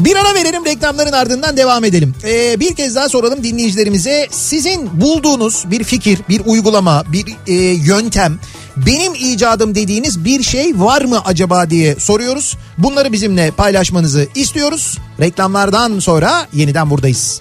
Bir ara verelim reklamların ardından devam edelim. Ee, bir kez daha soralım dinleyicilerimize. Sizin bulduğunuz bir fikir, bir uygulama, bir e, yöntem, benim icadım dediğiniz bir şey var mı acaba diye soruyoruz. Bunları bizimle paylaşmanızı istiyoruz. Reklamlardan sonra yeniden buradayız.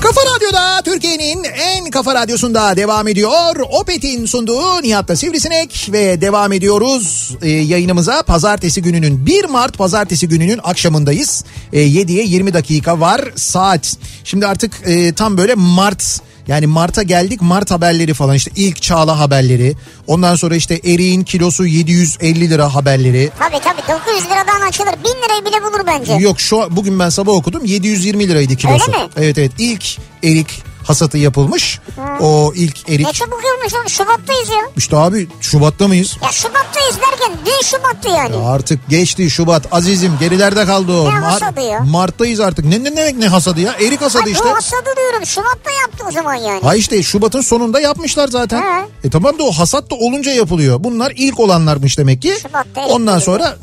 Kafa Radyo'da Türkiye'nin en kafa radyosunda devam ediyor. Opet'in sunduğu Nihat'ta Sivrisinek ve devam ediyoruz e, yayınımıza. Pazartesi gününün 1 Mart pazartesi gününün akşamındayız. E, 7'ye 20 dakika var saat. Şimdi artık e, tam böyle Mart yani Mart'a geldik Mart haberleri falan işte ilk çağla haberleri. Ondan sonra işte eriğin kilosu 750 lira haberleri. Tabii tabii 900 liradan açılır. 1000 lirayı bile bulur bence. Yok şu an- bugün ben sabah okudum 720 liraydı kilosu. Öyle mi? Evet evet ilk erik hasatı yapılmış. O ilk erik Ne çabuk olmuş oğlum Şubat'tayız ya. işte abi Şubat'ta mıyız? Ya Şubat'tayız derken dün Şubat'tı yani. Artık geçti Şubat azizim gerilerde kaldı o. Ne hasadı ya? Mart'tayız artık. Ne, ne ne demek ne hasadı ya? Erik hasadı Ha, işte. Bu hasadı diyorum Şubat'ta yaptı o zaman yani. Ha işte Şubat'ın sonunda yapmışlar zaten. He. E tamam da o hasat da olunca yapılıyor. Bunlar ilk olanlarmış demek ki. Şubat'ta erik Ondan geliyor. sonra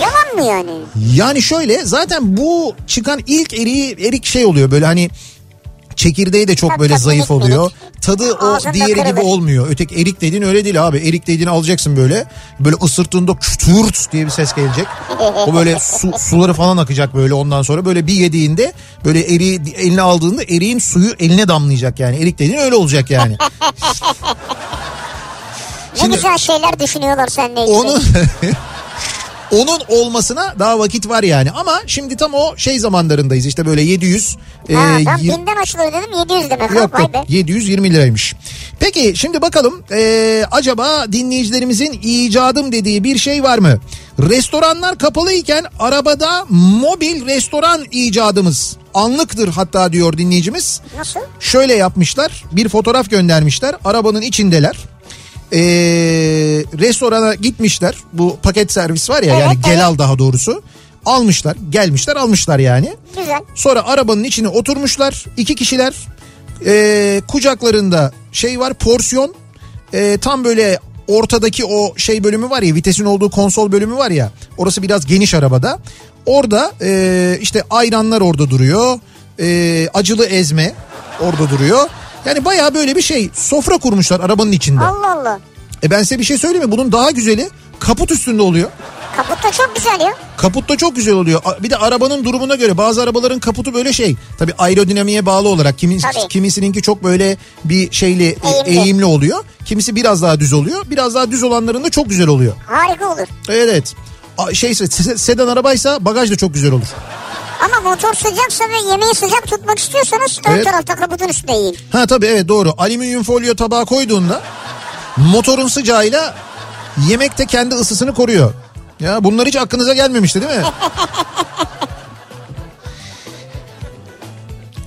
Yalan mı yani? Yani şöyle zaten bu çıkan ilk eriği erik şey oluyor böyle hani çekirdeği de çok Tabii böyle tabii, zayıf minik oluyor. minik. Tadı o Ağzında diğeri gibi kırılır. olmuyor. Öteki erik dediğin öyle değil abi. Erik dediğini alacaksın böyle. Böyle ısırttığında kütürt diye bir ses gelecek. O böyle su, suları falan akacak böyle ondan sonra. Böyle bir yediğinde böyle eriği eline aldığında eriğin suyu eline damlayacak yani. Erik dediğin öyle olacak yani. Şimdi- ne güzel şeyler düşünüyorlar seninle ilgili. Onun <laughs> onun olmasına daha vakit var yani. Ama şimdi tam o şey zamanlarındayız. İşte böyle 700 e, Ha, ben yir- 1000'den açılır dedim 700 demek. Yok ha, vay be. yok 720 liraymış. Peki şimdi bakalım eee, acaba dinleyicilerimizin icadım dediği bir şey var mı? Restoranlar kapalıyken arabada mobil restoran icadımız anlıktır hatta diyor dinleyicimiz. Nasıl? Şöyle yapmışlar bir fotoğraf göndermişler arabanın içindeler. Eee, restorana gitmişler bu paket servis var ya Evet, yani evet. Gelal daha doğrusu almışlar gelmişler almışlar yani. Güzel. Sonra arabanın içine oturmuşlar. iki kişiler. Ee, kucaklarında şey var porsiyon. Ee, tam böyle ortadaki o şey bölümü var ya vitesin olduğu konsol bölümü var ya. Orası biraz geniş arabada. Orada ee, işte ayranlar orada duruyor. Ee, acılı ezme orada duruyor. Yani bayağı böyle bir şey sofra kurmuşlar arabanın içinde. Allah Allah. E ben size bir şey söyleyeyim mi? Bunun daha güzeli kaput üstünde oluyor. Kaput da çok güzel ya. Kaputta çok güzel oluyor. A- Bir de arabanın durumuna göre bazı arabaların kaputu böyle şey. Tabii aerodinamiğe bağlı olarak kimin, Tabii. kimisininki çok böyle bir şeyli e, Eğimli. eğimli oluyor. Kimisi biraz daha düz oluyor. Biraz daha düz olanların da çok güzel oluyor. Harika olur. Evet. A- Şeyse se- sedan arabaysa bagaj da çok güzel olur. Ama motor sıcaksa ve yemeği sıcak tutmak istiyorsanız Evet. ön tarafta kaputun üstüne yiyin. Ha tabii evet doğru. Alüminyum folyo tabağa koyduğunda motorun sıcağıyla yemek de kendi ısısını koruyor. Ya bunlar hiç aklınıza gelmemişti <laughs> değil mi?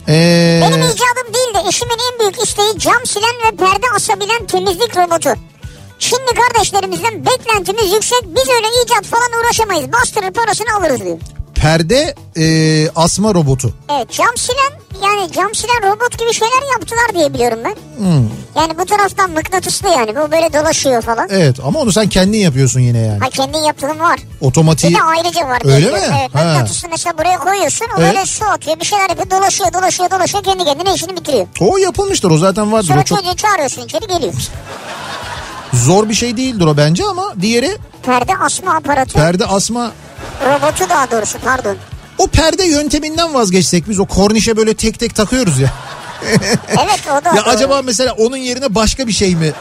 Ee, Benim icadım değil de eşimin en büyük isteği cam silen ve perde asabilen temizlik robotu. Şimdi kardeşlerimizden beklentimiz yüksek. Biz öyle icat falan uğraşamayız. Bastırır parasını alırız diyor. Perde e, asma robotu. Evet cam silen yani cam silen robot gibi şeyler yaptılar diye biliyorum ben. Hmm. Yani bu taraftan mıknatıslı yani bu böyle dolaşıyor falan. Evet ama onu sen kendin yapıyorsun yine yani. Ha kendi yaptığım var. Bir Otomatiği. de ayrıca var. Öyle böyle. mi? Evet Ha. mıknatıslı mesela buraya koyuyorsun o Evet. böyle su atıyor bir şeyler yapıyor dolaşıyor dolaşıyor dolaşıyor kendi kendine işini bitiriyor. O yapılmıştır o zaten vardır. O Sonra çok çocuğu çağırıyorsun içeri geliyor. zor bir şey değildir o bence ama diğeri Perde asma aparatı perde asma. robotu daha doğrusu <laughs> pardon. O perde yönteminden vazgeçsek biz o kornişe böyle tek tek takıyoruz ya. Evet o da. Ya acaba mesela onun yerine başka bir şey mi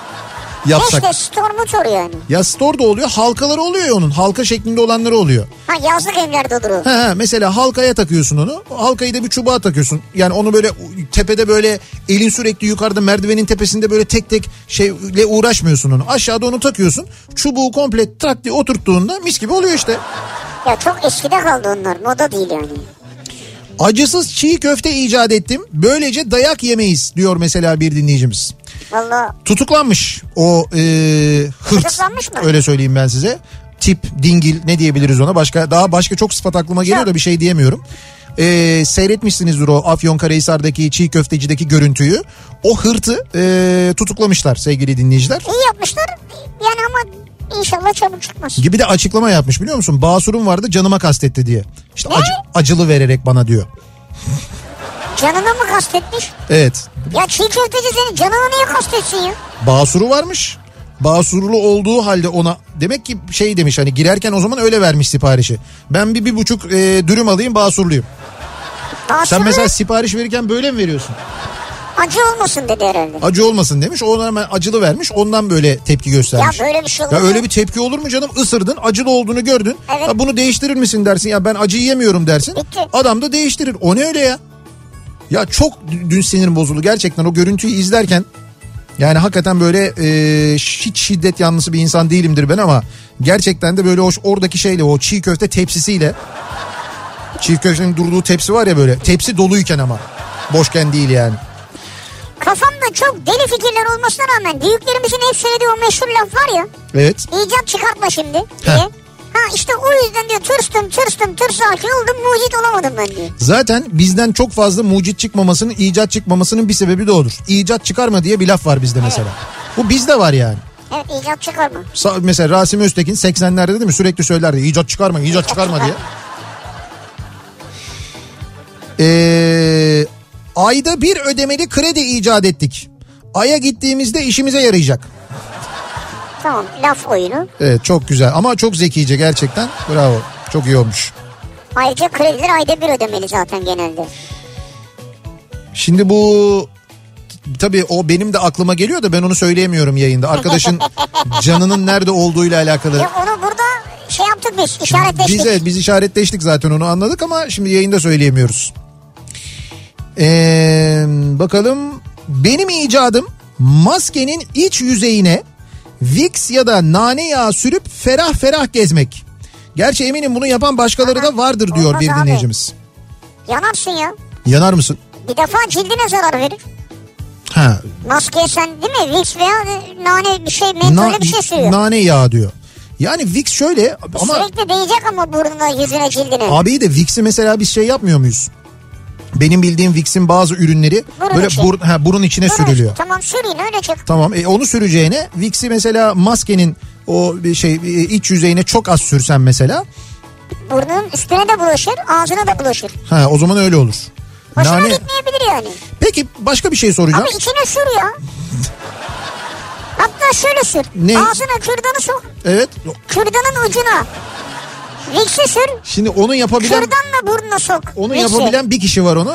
yapsak? İşte stormu sor yani. Ya store da oluyor halkaları oluyor ya onun halka şeklinde olanları oluyor. Ha yazlık evlerde olur o. He he mesela halkaya takıyorsun onu. Halkayı da bir çubuğa takıyorsun. Yani onu böyle tepede böyle elin sürekli yukarıda merdivenin tepesinde böyle tek tek şeyle uğraşmıyorsun onu. Aşağıda onu takıyorsun. Çubuğu komple tak diye oturttuğunda mis gibi oluyor işte. Ya çok eskide kaldı onlar moda değil yani. Acısız çiğ köfte icat ettim. Böylece dayak yemeyiz diyor mesela bir dinleyicimiz. Valla Tutuklanmış o e, hırt. Tutuklanmış mı? Öyle söyleyeyim ben size. Tip, dingil ne diyebiliriz ona? Başka daha başka çok sıfat aklıma geliyor da bir şey diyemiyorum. E, seyretmişsinizdir o Afyonkarahisar'daki çiğ köftecideki görüntüyü. O hırtı e, tutuklamışlar sevgili dinleyiciler. iyi yapmışlar yani ama inşallah çabuk çıkmaz. Gibi de açıklama yapmış biliyor musun? Basur'un vardı canıma kastetti diye. İşte acı- acılı vererek bana diyor. Canına mı kastetmiş? Evet Ya çiğ köfteci senin canına niye kastetsin ya? Basuru varmış. Basurlu olduğu halde ona demek ki şey demiş hani girerken o zaman öyle vermiş siparişi. Ben bir bir buçuk e, dürüm alayım basurluyum. Daha Sen sonra mesela sipariş verirken böyle mi veriyorsun? acı olmasın dedi herhalde. Acı olmasın demiş. Ona hemen acılı vermiş. Ondan böyle tepki göstermiş. Ya böyle bir şey olur Ya mu? öyle bir tepki olur mu canım? Isırdın acılı olduğunu gördün. Evet. Ya bunu değiştirir misin dersin. Ya ben acıyı yemiyorum dersin. Bitti. Adam da değiştirir. O ne öyle ya? Ya çok dü- dün sinirim bozuldu. Gerçekten o görüntüyü izlerken yani hakikaten böyle e, hiç şiddet yanlısı bir insan değilimdir ben ama gerçekten de böyle hoş oradaki şeyle o çiğ köfte tepsisiyle çiğ köftenin durduğu tepsi var ya böyle tepsi doluyken ama boşken değil yani. Kafamda çok deli fikirler olmasına rağmen büyüklerimizin hep söylediği o meşhur laf var ya. Evet. İcat çıkartma şimdi diye. Heh. Ha işte o yüzden diyor tırstım tırstım tırsak oldum mucit olamadım ben diyor. Zaten bizden çok fazla mucit çıkmamasının, icat çıkmamasının bir sebebi de odur. İcat çıkarma diye bir laf var bizde mesela. Bu bizde var yani. Evet icat çıkarma. Sa- Mesela Rasim Öztekin 80'lerde değil mi sürekli söylerdi icat çıkarma, icat çıkarma diye. <laughs> Ee, ayda bir ödemeli kredi icat ettik. Ay'a gittiğimizde işimize yarayacak. Tamam laf oyunu. Evet çok güzel ama çok zekice gerçekten. Bravo. Çok iyi olmuş. Ayrıca krediler ayda bir ödemeli zaten genelde. Şimdi bu tabii o benim de aklıma geliyor da ben onu söyleyemiyorum yayında. <laughs> Arkadaşın canının nerede olduğuyla alakalı. Ya onu burada şey yaptık biz işaretleştik. Biz, evet, biz işaretleştik zaten onu anladık ama şimdi yayında söyleyemiyoruz. Ee, bakalım benim icadım maskenin iç yüzeyine Vicks ya da nane yağı sürüp ferah ferah gezmek. Gerçi eminim bunu yapan başkaları da vardır diyor Olmaz bir abi. dinleyicimiz. Yanarsın ya. Yanar mısın? Bir defa cildine zarar verir. Ha, Maskeye sen değil mi? Vicks veya nane bir şey mentolü na- bir şey sürüyor. şey- nane yağı diyor. Yani Vicks şöyle ama Sürekli değecek ama burnuna yüzüne cildine. Abi de Vix'i mesela biz şey yapmıyor muyuz? Benim bildiğim Vix'in bazı ürünleri Burun böyle içi. burun, ha, burun içine Dur, sürülüyor. Tamam süreyim öyle çık. Tamam e, onu süreceğine Vix'i mesela maskenin o bir şey e, iç yüzeyine çok az sürsen mesela Burnunun üstüne de bulaşır ağzına da bulaşır. ha o zaman öyle olur. Hoşuna Nane. gitmeyebilir yani. Peki başka bir şey soracağım. Ama içine sür ya. Hatta şöyle sür. Ne? Ağzına kürdanı sok. Evet. Kürdanın ucuna. Vicsi sür. Şimdi onu yapabilen Kürdanla burnuna sok. Onu Vicsi. yapabilen bir kişi var onu.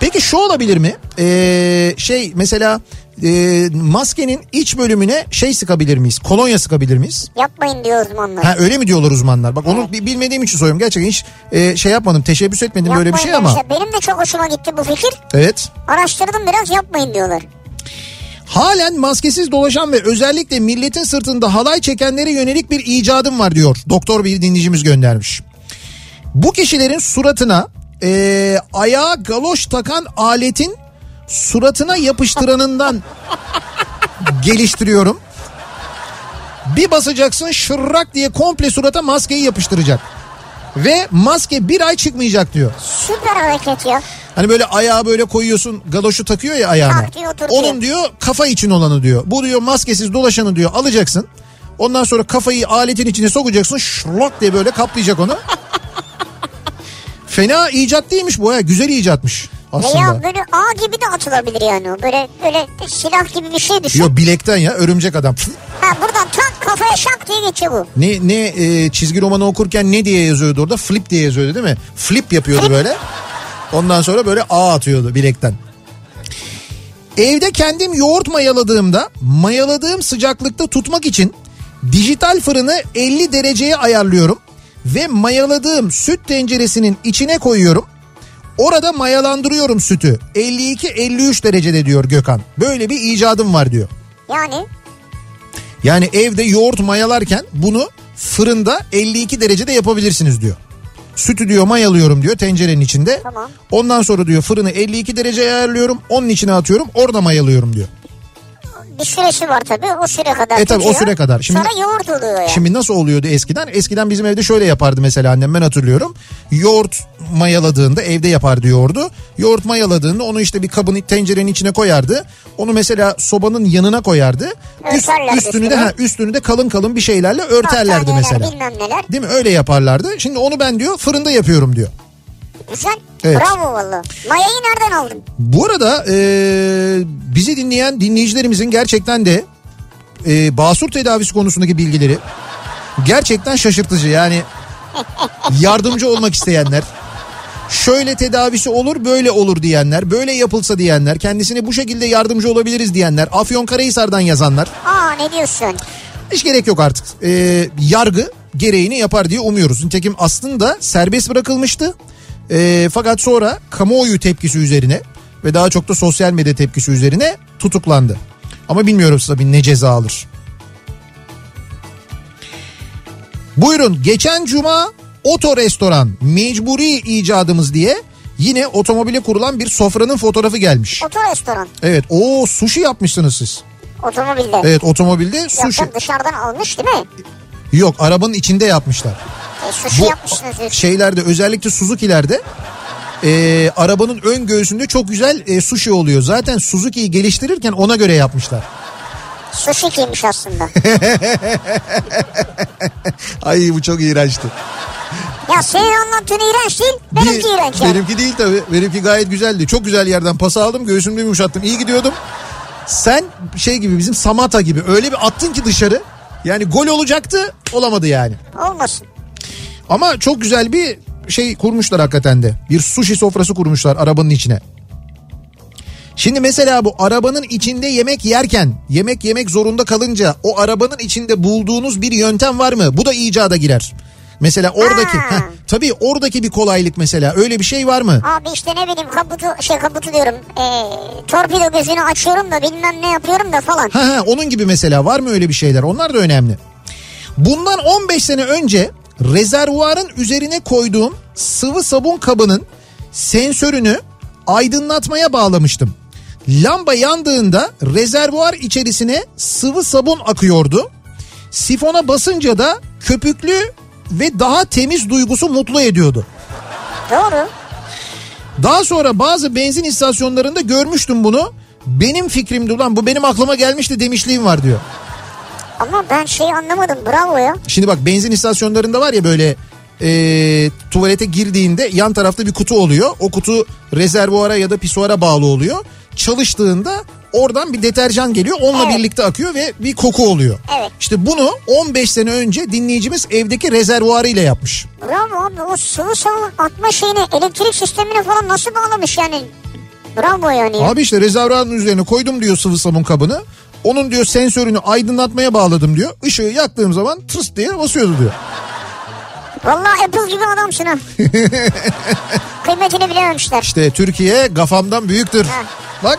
Peki şu olabilir mi? Ee, şey mesela e, maskenin iç bölümüne şey sıkabilir miyiz? Kolonya sıkabilir miyiz? Yapmayın diyor uzmanlar. Ha öyle mi diyorlar uzmanlar? Bak onu bi- bilmediğim için soruyorum. Gerçekten hiç e, şey yapmadım, teşebbüs etmedim böyle bir Yapmayın şey ama. demişler. Benim de çok hoşuma gitti bu fikir. Evet. Araştırdım biraz yapmayın diyorlar. Halen maskesiz dolaşan ve özellikle milletin sırtında halay çekenlere yönelik bir icadım var diyor. Doktor bir dinleyicimiz göndermiş. Bu kişilerin suratına eee ayağa galoş takan aletin suratına yapıştıranından geliştiriyorum. Bir basacaksın şırrak diye komple surata maskeyi yapıştıracak. Ve maske bir ay çıkmayacak diyor. Süper hareket ya. Hani böyle ayağı böyle koyuyorsun galoşu takıyor ya ayağına. Takıyor, oturtuyor. Onun diyor kafa için olanı diyor. Bu diyor maskesiz dolaşanı diyor alacaksın. Ondan sonra kafayı aletin içine sokacaksın şlok diye böyle kaplayacak <laughs> onu. Fena icat değilmiş bu ya güzel icatmış Veya aslında. böyle ağ gibi de atılabilir yani. o. Böyle böyle silah gibi bir şey düşün. Yo bilekten ya örümcek adam. Ha buradan tak kafaya şak diye geçiyor bu. Ne ne e, çizgi romanı okurken ne diye yazıyordu orada? Flip diye yazıyordu değil mi? Flip yapıyordu böyle. Ondan sonra böyle ağ atıyordu bilekten. Evde kendim yoğurt mayaladığımda mayaladığım sıcaklıkta tutmak için dijital fırını 50 dereceye ayarlıyorum ve mayaladığım süt tenceresinin içine koyuyorum. Orada mayalandırıyorum sütü. 52-53 derecede diyor Gökhan. Böyle bir icadım var diyor. Yani Yani evde yoğurt mayalarken bunu fırında 52 derecede yapabilirsiniz diyor. Sütü diyor mayalıyorum diyor tencerenin içinde. Tamam. Ondan sonra diyor fırını 52 dereceye ayarlıyorum. Onun içine atıyorum orada mayalıyorum diyor. bir süresi var tabii. O süre kadar E tabii, o tutuyor. süre kadar. Şimdi- Sonra yoğurt oluyor yani. Şimdi nasıl oluyordu eskiden? Eskiden bizim evde şöyle yapardı mesela annem ben hatırlıyorum. Yoğurt mayaladığında evde yapardı yoğurdu. Yoğurt mayaladığında onu işte bir kabın tencerenin içine koyardı. Onu mesela sobanın yanına koyardı. Üst, Örterlerdi üstünü de üstüne. ha, üstünü de kalın kalın bir şeylerle örterlerdi Battaniyeler, mesela. Bilmem neler. Değil mi? Öyle yaparlardı. Şimdi onu ben diyor fırında yapıyorum diyor. Güzel. Evet. Bravo valla. Mayayı nereden aldın? Bu arada eee, bizi dinleyen dinleyicilerimizin gerçekten de eee basur tedavisi konusundaki bilgileri gerçekten şaşırtıcı. Yani yardımcı olmak isteyenler şöyle tedavisi olur böyle olur diyenler böyle yapılsa diyenler kendisine bu şekilde yardımcı olabiliriz diyenler Afyonkarahisar'dan yazanlar Aa ne diyorsun? hiç gerek yok artık. Ee, yargı gereğini yapar diye umuyoruz. Nitekim aslında serbest bırakılmıştı. Ee, fakat sonra kamuoyu tepkisi üzerine ve daha çok da sosyal medya tepkisi üzerine tutuklandı. Ama bilmiyoruz tabii ne ceza alır. Buyurun geçen cuma oto restoran mecburi icadımız diye yine otomobile kurulan bir sofranın fotoğrafı gelmiş. Oto restoran. Evet o sushi yapmışsınız siz. Otomobilde. Evet otomobilde E, sushi. Yaptım, dışarıdan almış değil mi? Yok arabanın içinde yapmışlar. E, sushi yapmışsınız. üç. şeylerde özellikle Suzuki'lerde e, arabanın ön göğsünde çok güzel e, sushi oluyor. Zaten Suzuki'yi geliştirirken ona göre yapmışlar. Sushi <laughs> giymiş aslında. Ay bu çok iğrençti. ya senin anlattığın iğrenç değil. Benimki Bir- iğrenç yani. Benimki değil tabii. Benimki gayet güzeldi. Çok güzel yerden pas aldım. Göğsümde yumuşattım. İyi gidiyordum. Sen şey gibi bizim Samata gibi öyle bir attın ki dışarı. Yani gol olacaktı olamadı yani. Olmasın. Ama çok güzel bir şey kurmuşlar hakikaten de. Bir sushi sofrası kurmuşlar arabanın içine. Şimdi mesela bu arabanın içinde yemek yerken yemek yemek zorunda kalınca o arabanın içinde bulduğunuz bir yöntem var mı? Bu da icada girer. Mesela oradaki Ha. heh, tabii oradaki bir kolaylık mesela öyle bir şey var mı? Abi işte ne bileyim kaputu şey kaputu diyorum. E, torpido gözünü açıyorum da bilmem ne yapıyorum da falan. Ha ha onun gibi mesela var mı öyle bir şeyler? Onlar da önemli. Bundan 15 sene önce rezervuarın üzerine koyduğum sıvı sabun kabının sensörünü aydınlatmaya bağlamıştım. Lamba yandığında rezervuar içerisine sıvı sabun akıyordu. Sifona basınca da köpüklü ve daha temiz duygusu mutlu ediyordu. Doğru. Daha sonra bazı benzin istasyonlarında görmüştüm bunu. Benim fikrimdi ulan bu benim aklıma gelmişti demişliğim var diyor. Ama ben şeyi anlamadım. Bravo ya. Şimdi bak benzin istasyonlarında var ya böyle e, tuvalete girdiğinde yan tarafta bir kutu oluyor. O kutu rezervuara ya da pisuara bağlı oluyor. Çalıştığında oradan bir deterjan geliyor. Onunla Evet. birlikte akıyor ve bir koku oluyor. Evet. İşte bunu 15 sene önce dinleyicimiz evdeki rezervuarıyla yapmış. Bravo abi o sıvı sıvı atma şeyini elektrik sistemine falan nasıl bağlamış yani? Bravo yani. ya. Abi işte rezervuarın üzerine koydum diyor sıvı sabun kabını. Onun diyor sensörünü aydınlatmaya bağladım diyor. Işığı yaktığım zaman tırs diye basıyordu diyor. Vallahi Apple gibi adamsın ha. Kıymetini bilememişler. İşte Türkiye gafamdan büyüktür. Heh. Bak.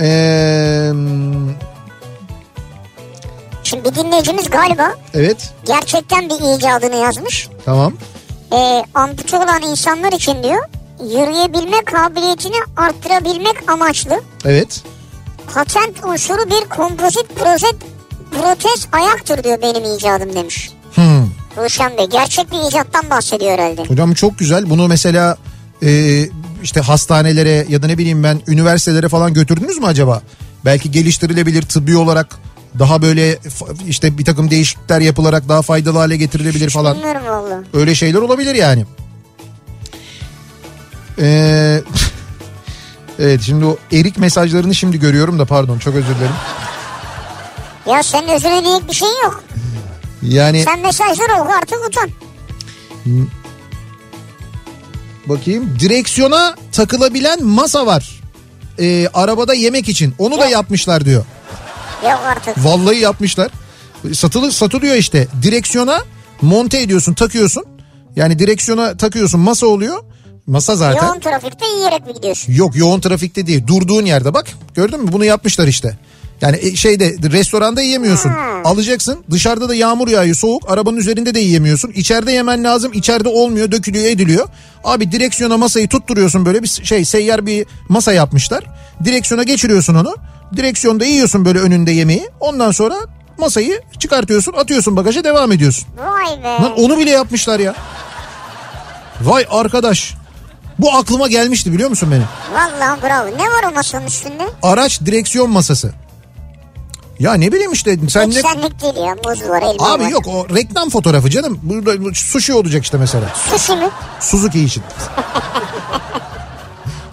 Ee, Şimdi bir dinleyicimiz galiba evet gerçekten bir icadını yazmış. tamam. Ee, ampute olan insanlar için diyor yürüyebilme kabiliyetini arttırabilmek amaçlı Evet. patent unsuru bir kompozit prozet, protez ayaktır diyor benim icadım demiş. Hmm. Ruşen Bey gerçek bir icattan bahsediyor herhalde. Hocam bu çok güzel. Bunu mesela e, işte hastanelere ya da ne bileyim ben üniversitelere falan götürdünüz mü acaba? Belki geliştirilebilir tıbbi olarak daha böyle fa- işte bir takım değişiklikler yapılarak daha faydalı hale getirilebilir falan. Bilmiyorum valla. Öyle şeyler olabilir yani. Ee, <laughs> evet şimdi o erik mesajlarını şimdi görüyorum da pardon çok özür dilerim. Ya senin özüne niyet bir şey yok. Yani Sen mesajları oku artık utan. bakayım direksiyona takılabilen masa var. Ee, arabada yemek için onu da yapmışlar diyor. Yok artık. Vallahi yapmışlar. Satılı, satılıyor işte. Direksiyona monte ediyorsun, takıyorsun. Yani direksiyona takıyorsun, masa oluyor. Masa zaten. Yoğun trafikte yiyerek mi gidiyorsun? Yok yoğun trafikte değil. Durduğun yerde bak. Gördün mü? Bunu yapmışlar işte. Yani e, şeyde restoranda yiyemiyorsun. Alacaksın. Dışarıda da yağmur yağıyor, soğuk. Arabanın üzerinde de yiyemiyorsun. İçeride yemen lazım. İçeride olmuyor, dökülüyor, ediliyor. Abi direksiyona masayı tutturuyorsun böyle bir şey seyyar bir masa yapmışlar. Direksiyona geçiriyorsun onu. Direksiyonda yiyorsun böyle önünde yemeği. Ondan sonra masayı çıkartıyorsun, atıyorsun bagaja devam ediyorsun. Vay be. Lan onu bile yapmışlar ya. Vay arkadaş. Bu aklıma gelmişti biliyor musun benim? Vallahi bravo. Ne var o masanın üstünde? araç direksiyon masası. Ya ne bileyim işte sen ne... Eksenlik değil ya. Muz var, elma var. Abi yok o reklam fotoğrafı canım. Burada bu sushi olacak işte mesela. Sushi mi? Suzuki için. <laughs>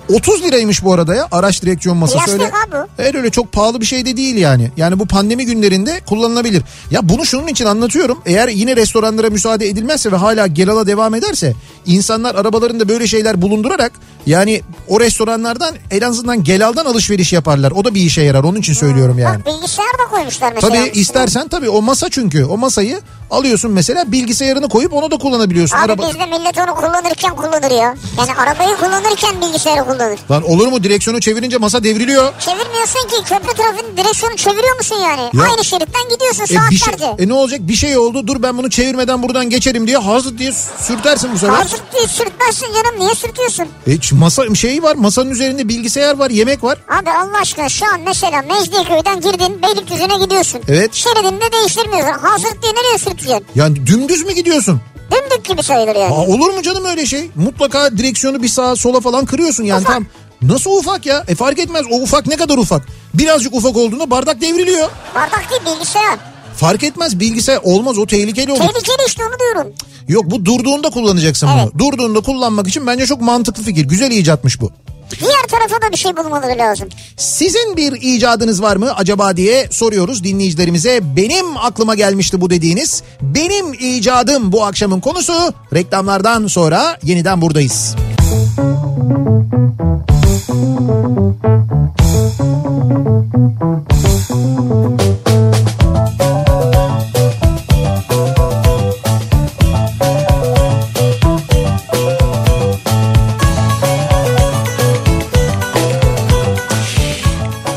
30 liraymış bu arada ya araç direksiyon masası Plastik öyle. abi bu. Evet öyle çok pahalı bir şey de değil yani. Yani bu pandemi günlerinde kullanılabilir. Ya bunu şunun için anlatıyorum. Eğer yine restoranlara müsaade edilmezse ve hala gelala devam ederse insanlar arabalarında böyle şeyler bulundurarak yani o restoranlardan en azından gelaldan alışveriş yaparlar. O da bir işe yarar. Onun için söylüyorum yani. Bak bilgisayar da koymuşlar Hmm. mesela. Tabii üstüne. istersen tabii o masa çünkü o masayı alıyorsun mesela bilgisayarını koyup onu da kullanabiliyorsun. Abi Araba... bizde millet onu kullanırken kullanır ya. Yani arabayı kullanırken bilgisayarı kullanır. Lan olur mu direksiyonu çevirince masa devriliyor. Çevirmiyorsun ki köprü trafiğinin direksiyonu çeviriyor musun yani? Ya. Aynı şeritten gidiyorsun E, bir şey, saatlerce. e ne olacak bir şey oldu dur ben bunu çevirmeden buradan geçerim diye hazır diye sürtersin bu sefer. Hazır diye sürtmezsin canım niye sürtüyorsun? E, ç- masa şeyi var masanın üzerinde bilgisayar var yemek var. Abi Allah aşkına şu an mesela Mecidiyeköy'den girdin Beylikdüzü'ne gidiyorsun. Evet. Şeridini de değiştirmiyorsun. Hazır diye nereye sürteceksin? Yani dümdüz mü gidiyorsun? Dümdük gibi sayılır yani. Aa, olur mu canım öyle şey? Mutlaka direksiyonu bir sağa sola falan kırıyorsun yani Ufak. tam. Nasıl ufak ya? E fark etmez o ufak ne kadar ufak. Birazcık ufak olduğunda bardak devriliyor. Bardak değil bilgisayar. Fark etmez bilgisayar olmaz o tehlikeli olur. Tehlikeli işte onu diyorum. Yok bu durduğunda kullanacaksın Evet. bunu. Durduğunda kullanmak için bence çok mantıklı fikir. Güzel icatmış bu. Diğer tarafa da bir şey bulmaları lazım. Sizin bir icadınız var mı acaba diye soruyoruz dinleyicilerimize. Benim aklıma gelmişti bu dediğiniz. Benim icadım bu akşamın konusu. Reklamlardan sonra yeniden buradayız.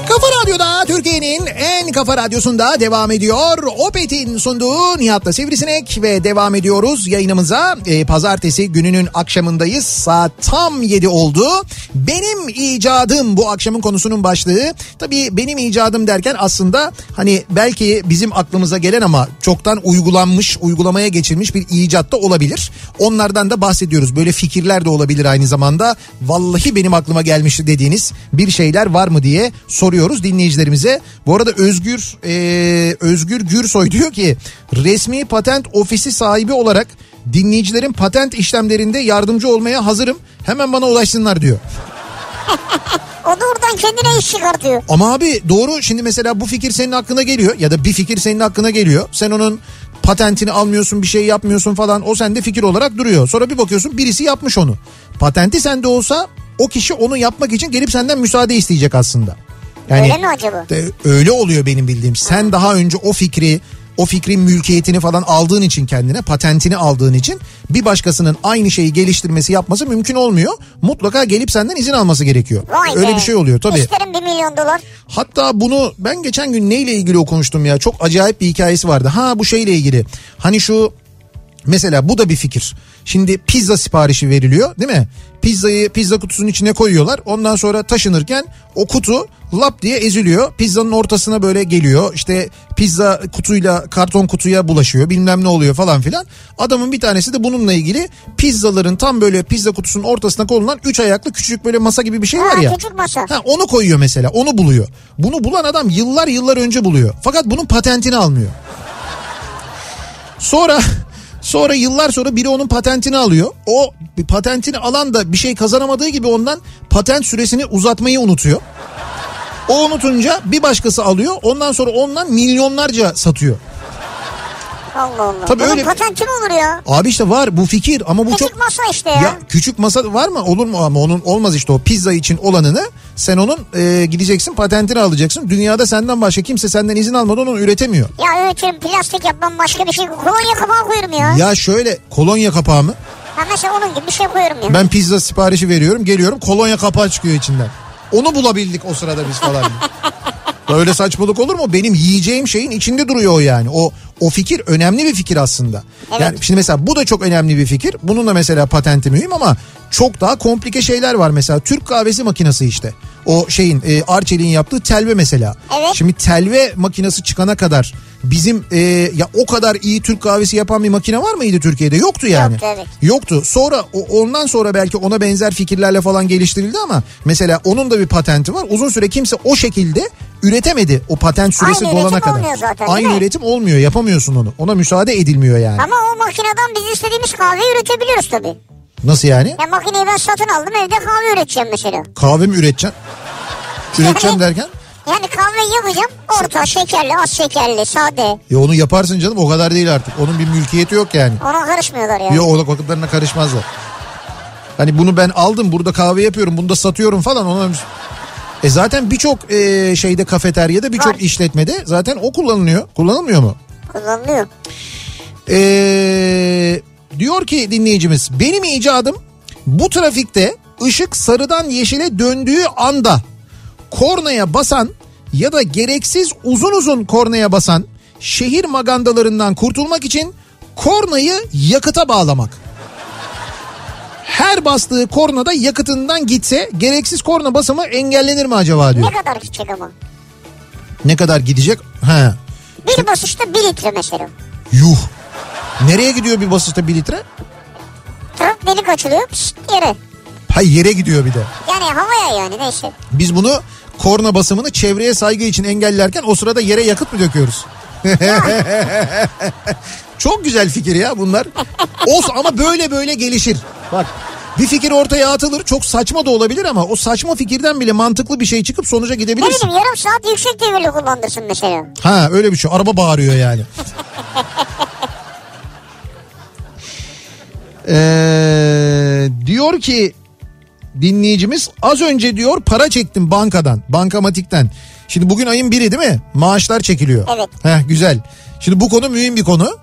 Kafa Radyo'da Türkiye'nin en kafa radyosunda devam ediyor. Opet'in sunduğu Nihat'la Sivrisinek ve devam ediyoruz yayınımıza. Ee, pazartesi gününün akşamındayız. Saat tam 7 oldu. Benim icadım bu akşamın konusunun başlığı. Tabii benim icadım derken aslında hani belki bizim aklımıza gelen ama çoktan uygulanmış, uygulamaya geçirmiş bir icat da olabilir. Onlardan da bahsediyoruz. Böyle fikirler de olabilir aynı zamanda. Vallahi benim aklıma gelmişti dediğiniz bir şeyler var mı diye soruyoruz dinleyicilerimize. Bu arada Özgür e, Özgür Gürsoy diyor ki resmi patent ofisi sahibi olarak dinleyicilerin patent işlemlerinde yardımcı olmaya hazırım. Hemen bana ulaşsınlar diyor. O da oradan kendine iş çıkartıyor. Ama abi doğru şimdi mesela bu fikir senin hakkına geliyor ya da bir fikir senin hakkına geliyor. Sen onun patentini almıyorsun bir şey yapmıyorsun falan o sende fikir olarak duruyor. Sonra bir bakıyorsun birisi yapmış onu. Patenti sende olsa o kişi onu yapmak için gelip senden müsaade isteyecek aslında. Öyle mi acaba? Hani de öyle oluyor benim bildiğim. Sen daha önce o fikri o fikrin mülkiyetini falan aldığın için kendine patentini aldığın için bir başkasının aynı şeyi geliştirmesi yapması mümkün olmuyor. Mutlaka gelip senden izin alması gerekiyor. Vay Öyle be. bir şey oluyor tabii. İsterim bir milyon dolar. Hatta bunu ben geçen gün neyle ilgili okumuştum ya çok acayip bir hikayesi vardı. Ha bu şeyle ilgili hani şu mesela bu da bir fikir. Şimdi pizza siparişi veriliyor değil mi? Pizzayı pizza kutusunun içine koyuyorlar. Ondan sonra taşınırken o kutu lap diye eziliyor. Pizzanın ortasına böyle geliyor. İşte pizza kutuyla karton kutuya bulaşıyor. Bilmem ne oluyor falan filan. Adamın bir tanesi de bununla ilgili pizzaların tam böyle pizza kutusunun ortasına konulan üç ayaklı küçük böyle masa gibi bir şey var Ha, ya. küçük masa. Ha, onu koyuyor mesela. Onu buluyor. Bunu bulan adam yıllar yıllar önce buluyor. Fakat bunun patentini almıyor. Sonra sonra yıllar sonra biri onun patentini alıyor. O bir patentini alan da bir şey kazanamadığı gibi ondan patent süresini uzatmayı unutuyor. O unutunca bir başkası alıyor. Ondan sonra ondan milyonlarca satıyor. Allah Allah. Tabii Bunun öyle- patenti mi olur ya? Abi işte var bu fikir ama bu Küçük çok masa işte ya. ya küçük masa var mı? Olur mu ama onun olmaz işte o pizza için olanını sen onun e, gideceksin patentini alacaksın. Dünyada senden başka kimse senden izin almadan onu üretemiyor. Ya öğütürüm plastik yapmam başka bir şey. Kolonya kapağı koyuyorum ya. Ya şöyle kolonya kapağı mı? Ha mesela onun gibi bir şey koyuyorum ya. Ben pizza siparişi veriyorum geliyorum kolonya kapağı çıkıyor içinden. Onu bulabildik o sırada biz falan. Böyle saçmalık olur mu? Benim yiyeceğim şeyin içinde duruyor o yani. O o fikir önemli bir fikir aslında. Yani şimdi mesela bu da çok önemli bir fikir. Bunun da mesela patenti mühim ama çok daha komplike şeyler var mesela. Türk kahvesi makinesi işte. O şeyin e, Arçelik'in yaptığı telve mesela. Evet. Şimdi telve makinesi çıkana kadar bizim e, ya o kadar iyi Türk kahvesi yapan bir makine var mıydı Türkiye'de? Yoktu yani. Yoktu, evet. Yoktu. Sonra o- ondan sonra belki ona benzer fikirlerle falan geliştirildi ama mesela onun da bir patenti var. Uzun süre kimse o şekilde üretemedi o patent süresi Aynı dolana üretim kadar. olmuyor zaten, değil Aynı mi? üretim olmuyor. Yapamıyorsun onu. Ona müsaade edilmiyor yani. Ama o makineden biz istediğimiz kahveyi üretebiliyoruz tabii. Nasıl yani? Ya makineyi ben satın aldım evde kahve üreteceğim mesela. Kahve mi <laughs> üreteceksin? Üreteceğim derken? Yani kahve yapacağım orta şekerli az şekerli sade. Ya onu yaparsın canım o kadar değil artık. Onun bir mülkiyeti yok yani. Ona karışmıyorlar ya. Yok o vakıtlarına karışmazlar. Hani bunu ben aldım burada kahve yapıyorum bunu da satıyorum falan ona e zaten birçok e, şeyde kafeteryada Var. birçok işletmede zaten o kullanılıyor. Kullanılmıyor mu? Kullanılıyor. Ee, diyor ki dinleyicimiz benim icadım bu trafikte ışık sarıdan yeşile döndüğü anda kornaya basan ya da gereksiz uzun uzun kornaya basan şehir magandalarından kurtulmak için kornayı yakıta bağlamak. Her bastığı kornada yakıtından gitse gereksiz korna basımı engellenir mi acaba diyor. Ne kadar gidecek ama. Ne kadar gidecek? He. Bir basışta bir litre mesela. Yuh. Nereye gidiyor bir basışta bir litre? Tırıp delik açılıyor pişt yere. Hay yere gidiyor bir de. Yani havaya yani neyse. Biz bunu korna basımını çevreye saygı için engellerken o sırada yere yakıt mı döküyoruz? <laughs> Çok güzel fikir ya bunlar. Os ama böyle böyle gelişir. Bak bir fikir ortaya atılır çok saçma da olabilir ama o saçma fikirden bile mantıklı bir şey çıkıp sonuca Ne gidebilirsin. bileyim yarım saat yüksek devirli kullandırsın mesela. Ha öyle bir şey araba bağırıyor yani. Ee, diyor ki dinleyicimiz az önce diyor para çektim bankadan, bankamatikten. Şimdi bugün ayın biri değil mi? Maaşlar çekiliyor. Evet. Heh, güzel. Şimdi bu konu mühim bir konu.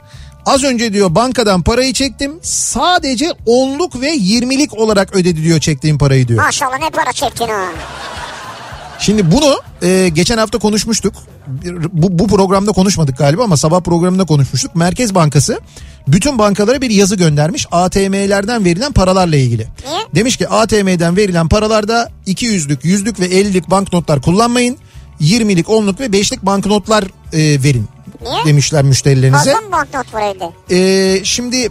Az önce diyor bankadan parayı çektim. Sadece onluk ve yirmilik olarak ödedi diyor çektiğim parayı diyor. Maşallah ne para çektin ha. Şimdi bunu e, geçen hafta konuşmuştuk. Bir- Bu, bu programda konuşmadık galiba ama sabah programında konuşmuştuk. Merkez Bankası bütün bankalara bir yazı göndermiş ATM'lerden verilen paralarla ilgili. Niye? Demiş ki ATM'den verilen paralarda 200'lük, 100'lük ve 50'lik banknotlar kullanmayın. 20'lik, 10'luk ve 5'lik banknotlar e, verin Niye? demişler müşterilerinize. Fazla mı banknot var evde? Ee, şimdi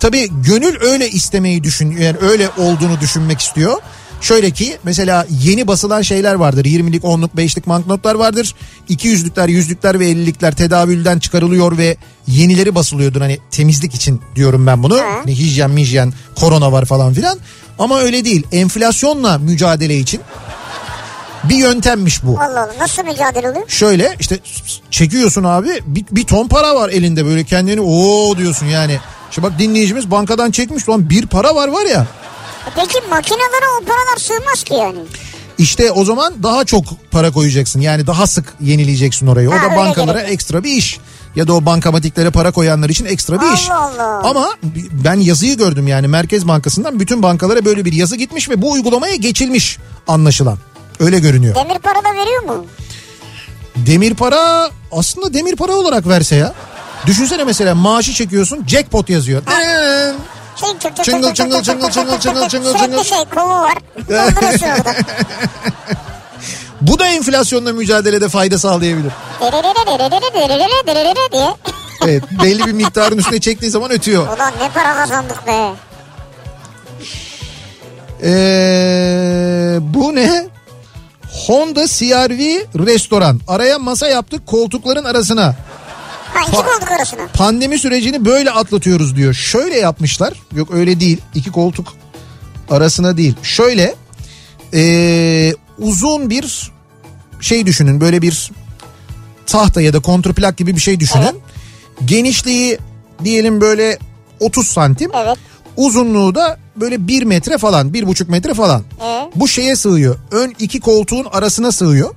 tabii gönül öyle istemeyi düşünüyor. Yani öyle olduğunu düşünmek istiyor. Şöyle ki mesela yeni basılan şeyler vardır. 20'lik, 10'luk, 5'lik banknotlar vardır. 200'lükler, 100'lükler ve 50'likler tedavülden çıkarılıyor ve yenileri basılıyordur. Hani temizlik için diyorum ben bunu. Hani hijyen, mijyen, korona var falan filan. Ama öyle değil. Enflasyonla mücadele için bir yöntemmiş bu. Allah Allah nasıl mücadele oluyor? Şöyle işte çekiyorsun abi bir, bir ton para var elinde böyle kendini o diyorsun yani. İşte bak dinleyicimiz bankadan çekmiş lan bir para var var ya. E peki makinelere o paralar sığmaz ki yani. İşte o zaman daha çok para koyacaksın. Yani daha sık yenileyeceksin orayı. O Ha, da öyle bankalara gerekli. ekstra bir iş. Ya da o bankamatiklere para koyanlar için ekstra bir iş. Allah Allah. Ama ben yazıyı gördüm yani Merkez Bankası'ndan bütün bankalara böyle bir yazı gitmiş ve bu uygulamaya geçilmiş anlaşılan. Öyle görünüyor. Demir para da veriyor mu? Demir para aslında demir para olarak verse ya. Düşünsene mesela maaşı çekiyorsun jackpot yazıyor. Dın. Şey, çıngıl çıngıl Çıngıl, çıngıl, <laughs> çıngıl, çıngıl, çıngıl, çıngıl, çıngıl. Sürekli şey kovu var. Dolduruyorsun orada. Bu da enflasyonla mücadelede fayda sağlayabilir. Dererererererererererere diye. Evet belli bir miktarın üstüne çektiği zaman ötüyor. Ulan ne para kazandık be. Ee, bu ne? Honda CR-V restoran. Araya masa yaptık koltukların arasına. Ha iki koltuk arasına. Pandemi sürecini böyle atlatıyoruz diyor. Şöyle yapmışlar. Yok öyle değil. İki koltuk arasına değil. Şöyle ee, uzun bir şey düşünün. Böyle bir tahta ya da kontrplak gibi bir şey düşünün. Evet. Genişliği diyelim böyle 30 santim. Evet. Uzunluğu da böyle 1 metre falan, 1,5 metre falan. Ee? Bu şeye sığıyor. Ön iki koltuğun arasına sığıyor.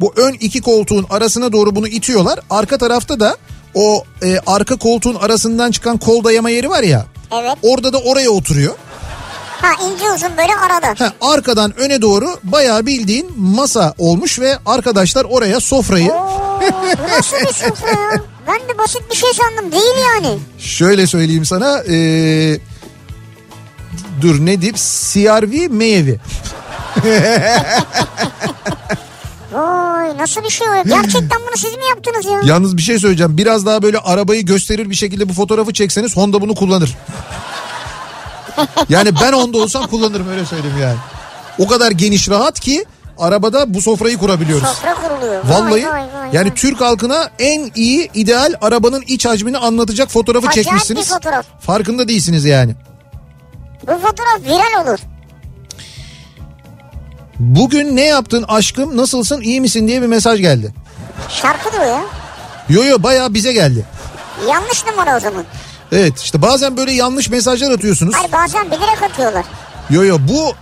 Bu ön iki koltuğun arasına doğru bunu itiyorlar. Arka tarafta da o e, arka koltuğun arasından çıkan kol dayama yeri var ya. Evet. Orada da oraya oturuyor. Ha ince uzun böyle <laughs> arada. Ha, arkadan öne doğru bayağı bildiğin masa olmuş ve arkadaşlar oraya sofrayı Oo, bu nasıl bir sofra ya? Ben de basit bir şey sandım değil yani. şöyle söyleyeyim sana e, dur ne diyeyim CRV meyevi. Vay nasıl bir şey o? ya? Gerçekten bunu siz mi yaptınız ya? Yalnız bir şey söyleyeceğim. Biraz daha böyle arabayı gösterir bir şekilde bu fotoğrafı çekseniz Honda bunu kullanır. yani ben Honda olsam kullanırım öyle söyleyeyim yani. O kadar geniş rahat ki arabada bu sofrayı kurabiliyoruz. Sofra kuruluyor. Vay, Vallahi vay, vay, yani vay. Türk halkına en iyi ideal arabanın iç hacmini anlatacak fotoğrafı Acayip çekmişsiniz. bir fotoğraf. Farkında değilsiniz yani. Bu fotoğraf viral olur. Bugün ne yaptın aşkım nasılsın iyi misin diye bir mesaj geldi. Şarkı da o ya. Yo yo bayağı bize geldi. Yanlış numara o zaman. Evet işte bazen böyle yanlış mesajlar atıyorsunuz. Hayır bazen bilerek atıyorlar. Yo yo bu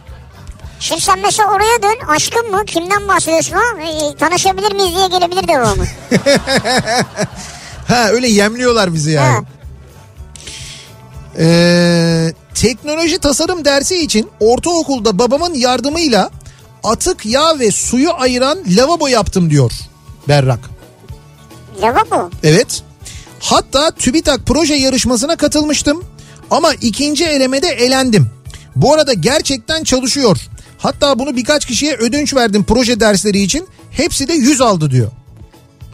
Şimdi sen mesela oraya dön. Aşkın mı? Kimden bahsediyorsun ha? Ee, tanışabilir miyiz diye <laughs> gelebilir devamı. Ha öyle yemliyorlar bizi yani. Ha. Ee, teknoloji tasarım dersi için ortaokulda babamın yardımıyla atık yağ ve suyu ayıran lavabo yaptım diyor Berrak. Lavabo. Evet. Hatta TÜBİTAK proje yarışmasına katılmıştım ama ikinci elemede elendim. Bu arada gerçekten çalışıyor. Hatta bunu birkaç kişiye ödünç verdim proje dersleri için. Hepsi de 100 aldı diyor.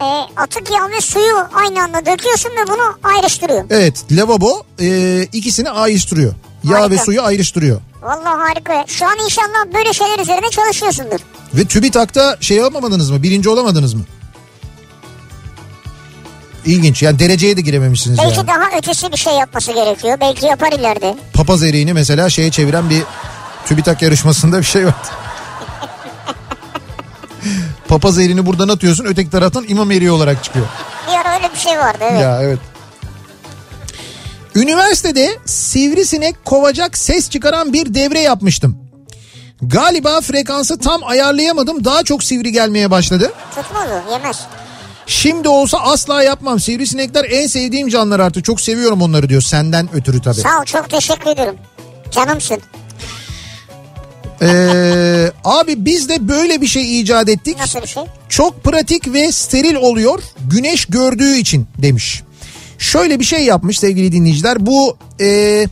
Ee, atık yağ ve suyu aynı anda döküyorsun ve bunu ayrıştırıyorsun. Evet lavabo e, ikisini ayrıştırıyor. Yağ Harika. ve suyu ayrıştırıyor. Vallahi harika. ya. Şu an inşallah böyle şeyler üzerine çalışıyorsundur. Ve TÜBİTAK'ta şey yapamadınız mı? Birinci olamadınız mı? İlginç. Yani dereceye de girememişsiniz Belki yani. daha ötesi bir şey yapması gerekiyor. Belki yapar ileride. Papaz eriğini mesela şeye çeviren bir TÜBİTAK yarışmasında bir şey vardı. <laughs> Papaz eriğini buradan atıyorsun öteki taraftan imam eriği olarak çıkıyor. Bir ara öyle bir şey vardı evet. Ya evet. Üniversitede sivrisinek kovacak ses çıkaran bir devre yapmıştım. Galiba frekansı tam ayarlayamadım. Daha çok sivri gelmeye başladı. Tutmadı yemez. Şimdi olsa asla yapmam. Sivrisinekler en sevdiğim canlılar artık. Çok seviyorum onları diyor. Senden ötürü tabii. Sağ ol çok teşekkür ederim. Canımsın. Ee, abi biz de böyle bir şey icat ettik. Nasıl bir şey? Çok pratik ve steril oluyor güneş gördüğü için demiş. Şöyle bir şey yapmış sevgili dinleyiciler. Bu e,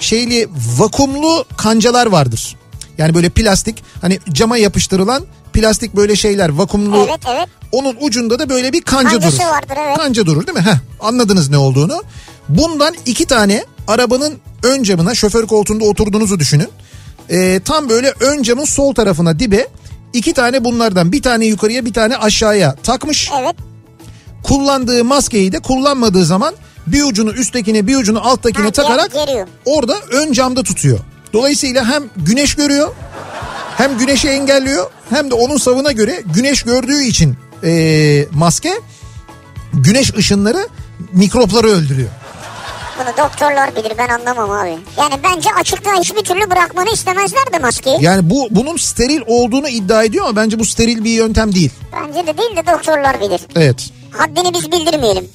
şeyli vakumlu kancalar vardır. Yani böyle plastik hani cama yapıştırılan plastik böyle şeyler vakumlu. Evet evet. Onun ucunda da böyle bir kanca Kancası durur. şey vardır, evet. Kanca durur değil mi? Heh, anladınız ne olduğunu. Bundan iki tane arabanın ön camına şoför koltuğunda oturduğunuzu düşünün. Ee, tam böyle ön camın sol tarafına dibe iki tane bunlardan bir tane yukarıya bir tane aşağıya takmış. Evet. Kullandığı maskeyi de kullanmadığı zaman bir ucunu üsttekine bir ucunu alttakine Ha, takarak ger- geriyor. orada ön camda tutuyor. Dolayısıyla hem güneş görüyor hem güneşi engelliyor hem de onun savına göre güneş gördüğü için ee, maske güneş ışınları mikropları öldürüyor. Bunu doktorlar bilir ben anlamam abi. Yani bence açıkta hiçbir türlü bırakmanı istemezler de maskeyi. Yani bu bunun steril olduğunu iddia ediyor ama bence bu steril bir yöntem değil. Bence de değil de doktorlar bilir. Evet. Haddini biz bildirmeyelim.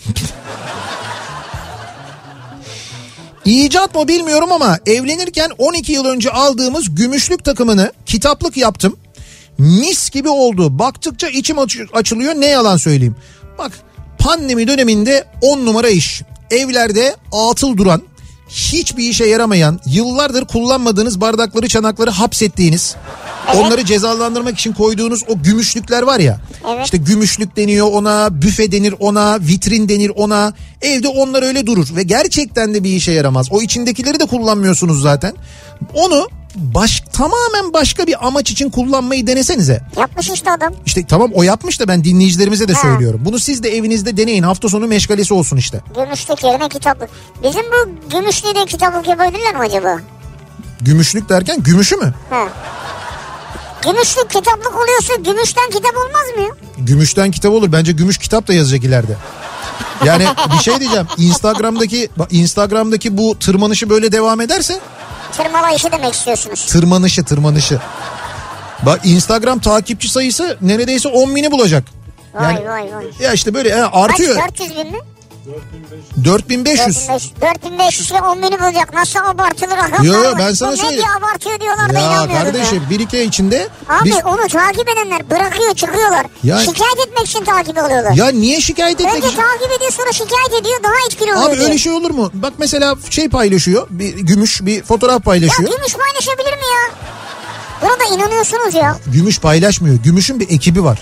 İcat mı bilmiyorum ama evlenirken 12 yıl önce aldığımız gümüşlük takımını kitaplık yaptım. Mis gibi oldu. Baktıkça içim aç- açılıyor ne yalan söyleyeyim. Bak pandemi döneminde 10 numara iş. Evlerde atıl duran, hiçbir işe yaramayan, yıllardır kullanmadığınız bardakları, çanakları hapsettiğiniz Evet. Onları cezalandırmak için koyduğunuz o gümüşlükler var ya. Evet. İşte gümüşlük deniyor ona, büfe denir ona, vitrin denir ona. Evde onlar öyle durur ve gerçekten de bir işe yaramaz. O içindekileri de kullanmıyorsunuz zaten. Onu baş, tamamen başka bir amaç için kullanmayı denesenize. Yapmış işte adam. İşte tamam o yapmış da ben dinleyicilerimize de Ha. söylüyorum. Bunu siz de evinizde deneyin. Hafta sonu meşgalesi olsun işte. Gümüşlük yerine kitaplık. Bizim bu gümüşlüğü de kitaplık yapabilirler mi acaba? Gümüşlük derken gümüşü mü? Ha. Gümüşlük kitaplık oluyorsa gümüşten kitap olmaz mı ya? Gümüşten kitap olur. Bence gümüş kitap da yazacak ileride. Yani bir şey diyeceğim. Instagram'daki bak Instagram'daki bu tırmanışı böyle devam ederse Tırmala işi demek istiyorsunuz. tırmanışı tırmanışı. Bak Instagram takipçi sayısı neredeyse 10 bini bulacak. Vay Yani- vay vay. Ya işte böyle he, artıyor. Kaç 400 bin mi? 4500. 4500. 4500 ile 10 bini bulacak. Nasıl abartılı rakamlar Yo, var. ben sana Bu medya söyleyeyim. abartıyor diyorlar Ya da inanmıyorum. ya. kardeşim bir iki ay içinde Abi biz onu takip edenler bırakıyor çıkıyorlar. Ya- Şikayet etmek için takip alıyorlar. ya niye şikayet etmek Önce için- takip ediyor sonra şikayet ediyor daha etkili oluyor. Abi diyor. öyle şey olur mu? Bak mesela şey paylaşıyor. Bir gümüş bir fotoğraf Ya paylaşıyor. gümüş paylaşabilir mi ya? Buna da inanıyorsunuz ya. Gümüş paylaşmıyor. Gümüşün bir ekibi <laughs> var.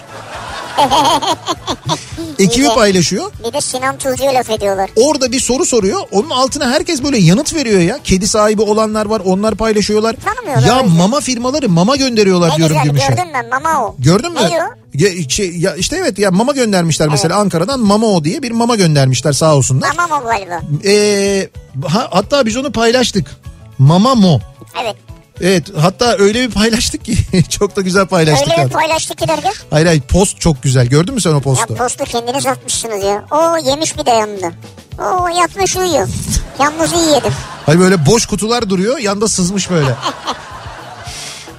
ekibi paylaşıyor. Bir de Sinan Tuzcu'ya laf ediyorlar. Orada bir soru soruyor. Onun altına herkes böyle yanıt veriyor ya. Kedi sahibi olanlar var. Onlar paylaşıyorlar. Tanımıyorlar Ya öyle. mama firmaları mama gönderiyorlar Ne diyorum güzel gümüşe. gördün mü mama o. Gördün mü? Ne diyor? Ya, şey, ya işte evet ya mama göndermişler mesela Ankara'dan mama o diye bir mama göndermişler sağ olsunlar. Mama o galiba. Ee, ha, hatta biz onu paylaştık. Mama mo. Evet. Evet hatta öyle bir paylaştık ki <laughs> çok da güzel paylaştık. Öyle bir Öyle paylaştık ki derken. hayır hayır post çok güzel gördün mü sen o Ya postu? postu kendiniz atmışsınız ya. Oo yemiş bir de yanında. Oo yatmış uyuyor. Yalnız iyi yedim. Hayır Hani böyle boş kutular duruyor yanda sızmış böyle.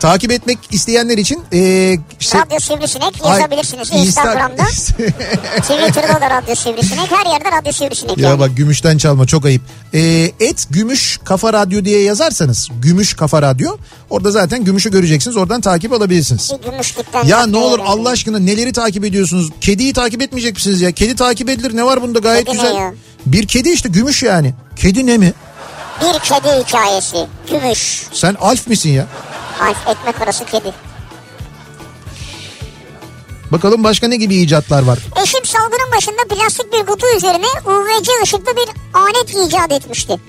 Takip etmek isteyenler için e, işte Radyo Sivrisinek Ay, yazabilirsiniz Insta- Instagram'da. <laughs> Twitter'da da Radyo Sivrisinek. Her yerde Radyo Sivrisinek. ya yani. bak gümüşten çalma çok ayıp. E, et gümüş kafa radyo diye yazarsanız gümüş kafa radyo orada zaten gümüşü göreceksiniz oradan takip alabilirsiniz. Bir gümüşlükten. Ya yaptı ne olur öyle. Allah aşkına neleri takip ediyorsunuz? Kediyi takip etmeyecek misiniz ya? Kedi takip edilir ne var bunda gayet Kedi ne güzel. ya? Bir kedi işte gümüş yani. Kedi ne mi? Bir kedi hikayesi. Gümüş. Sen Alf misin ya? Alf ekmek arası kedi. Bakalım başka ne gibi icatlar var? Eşim salgının başında plastik bir kutu üzerine UVC ışıklı bir alet icat etmişti.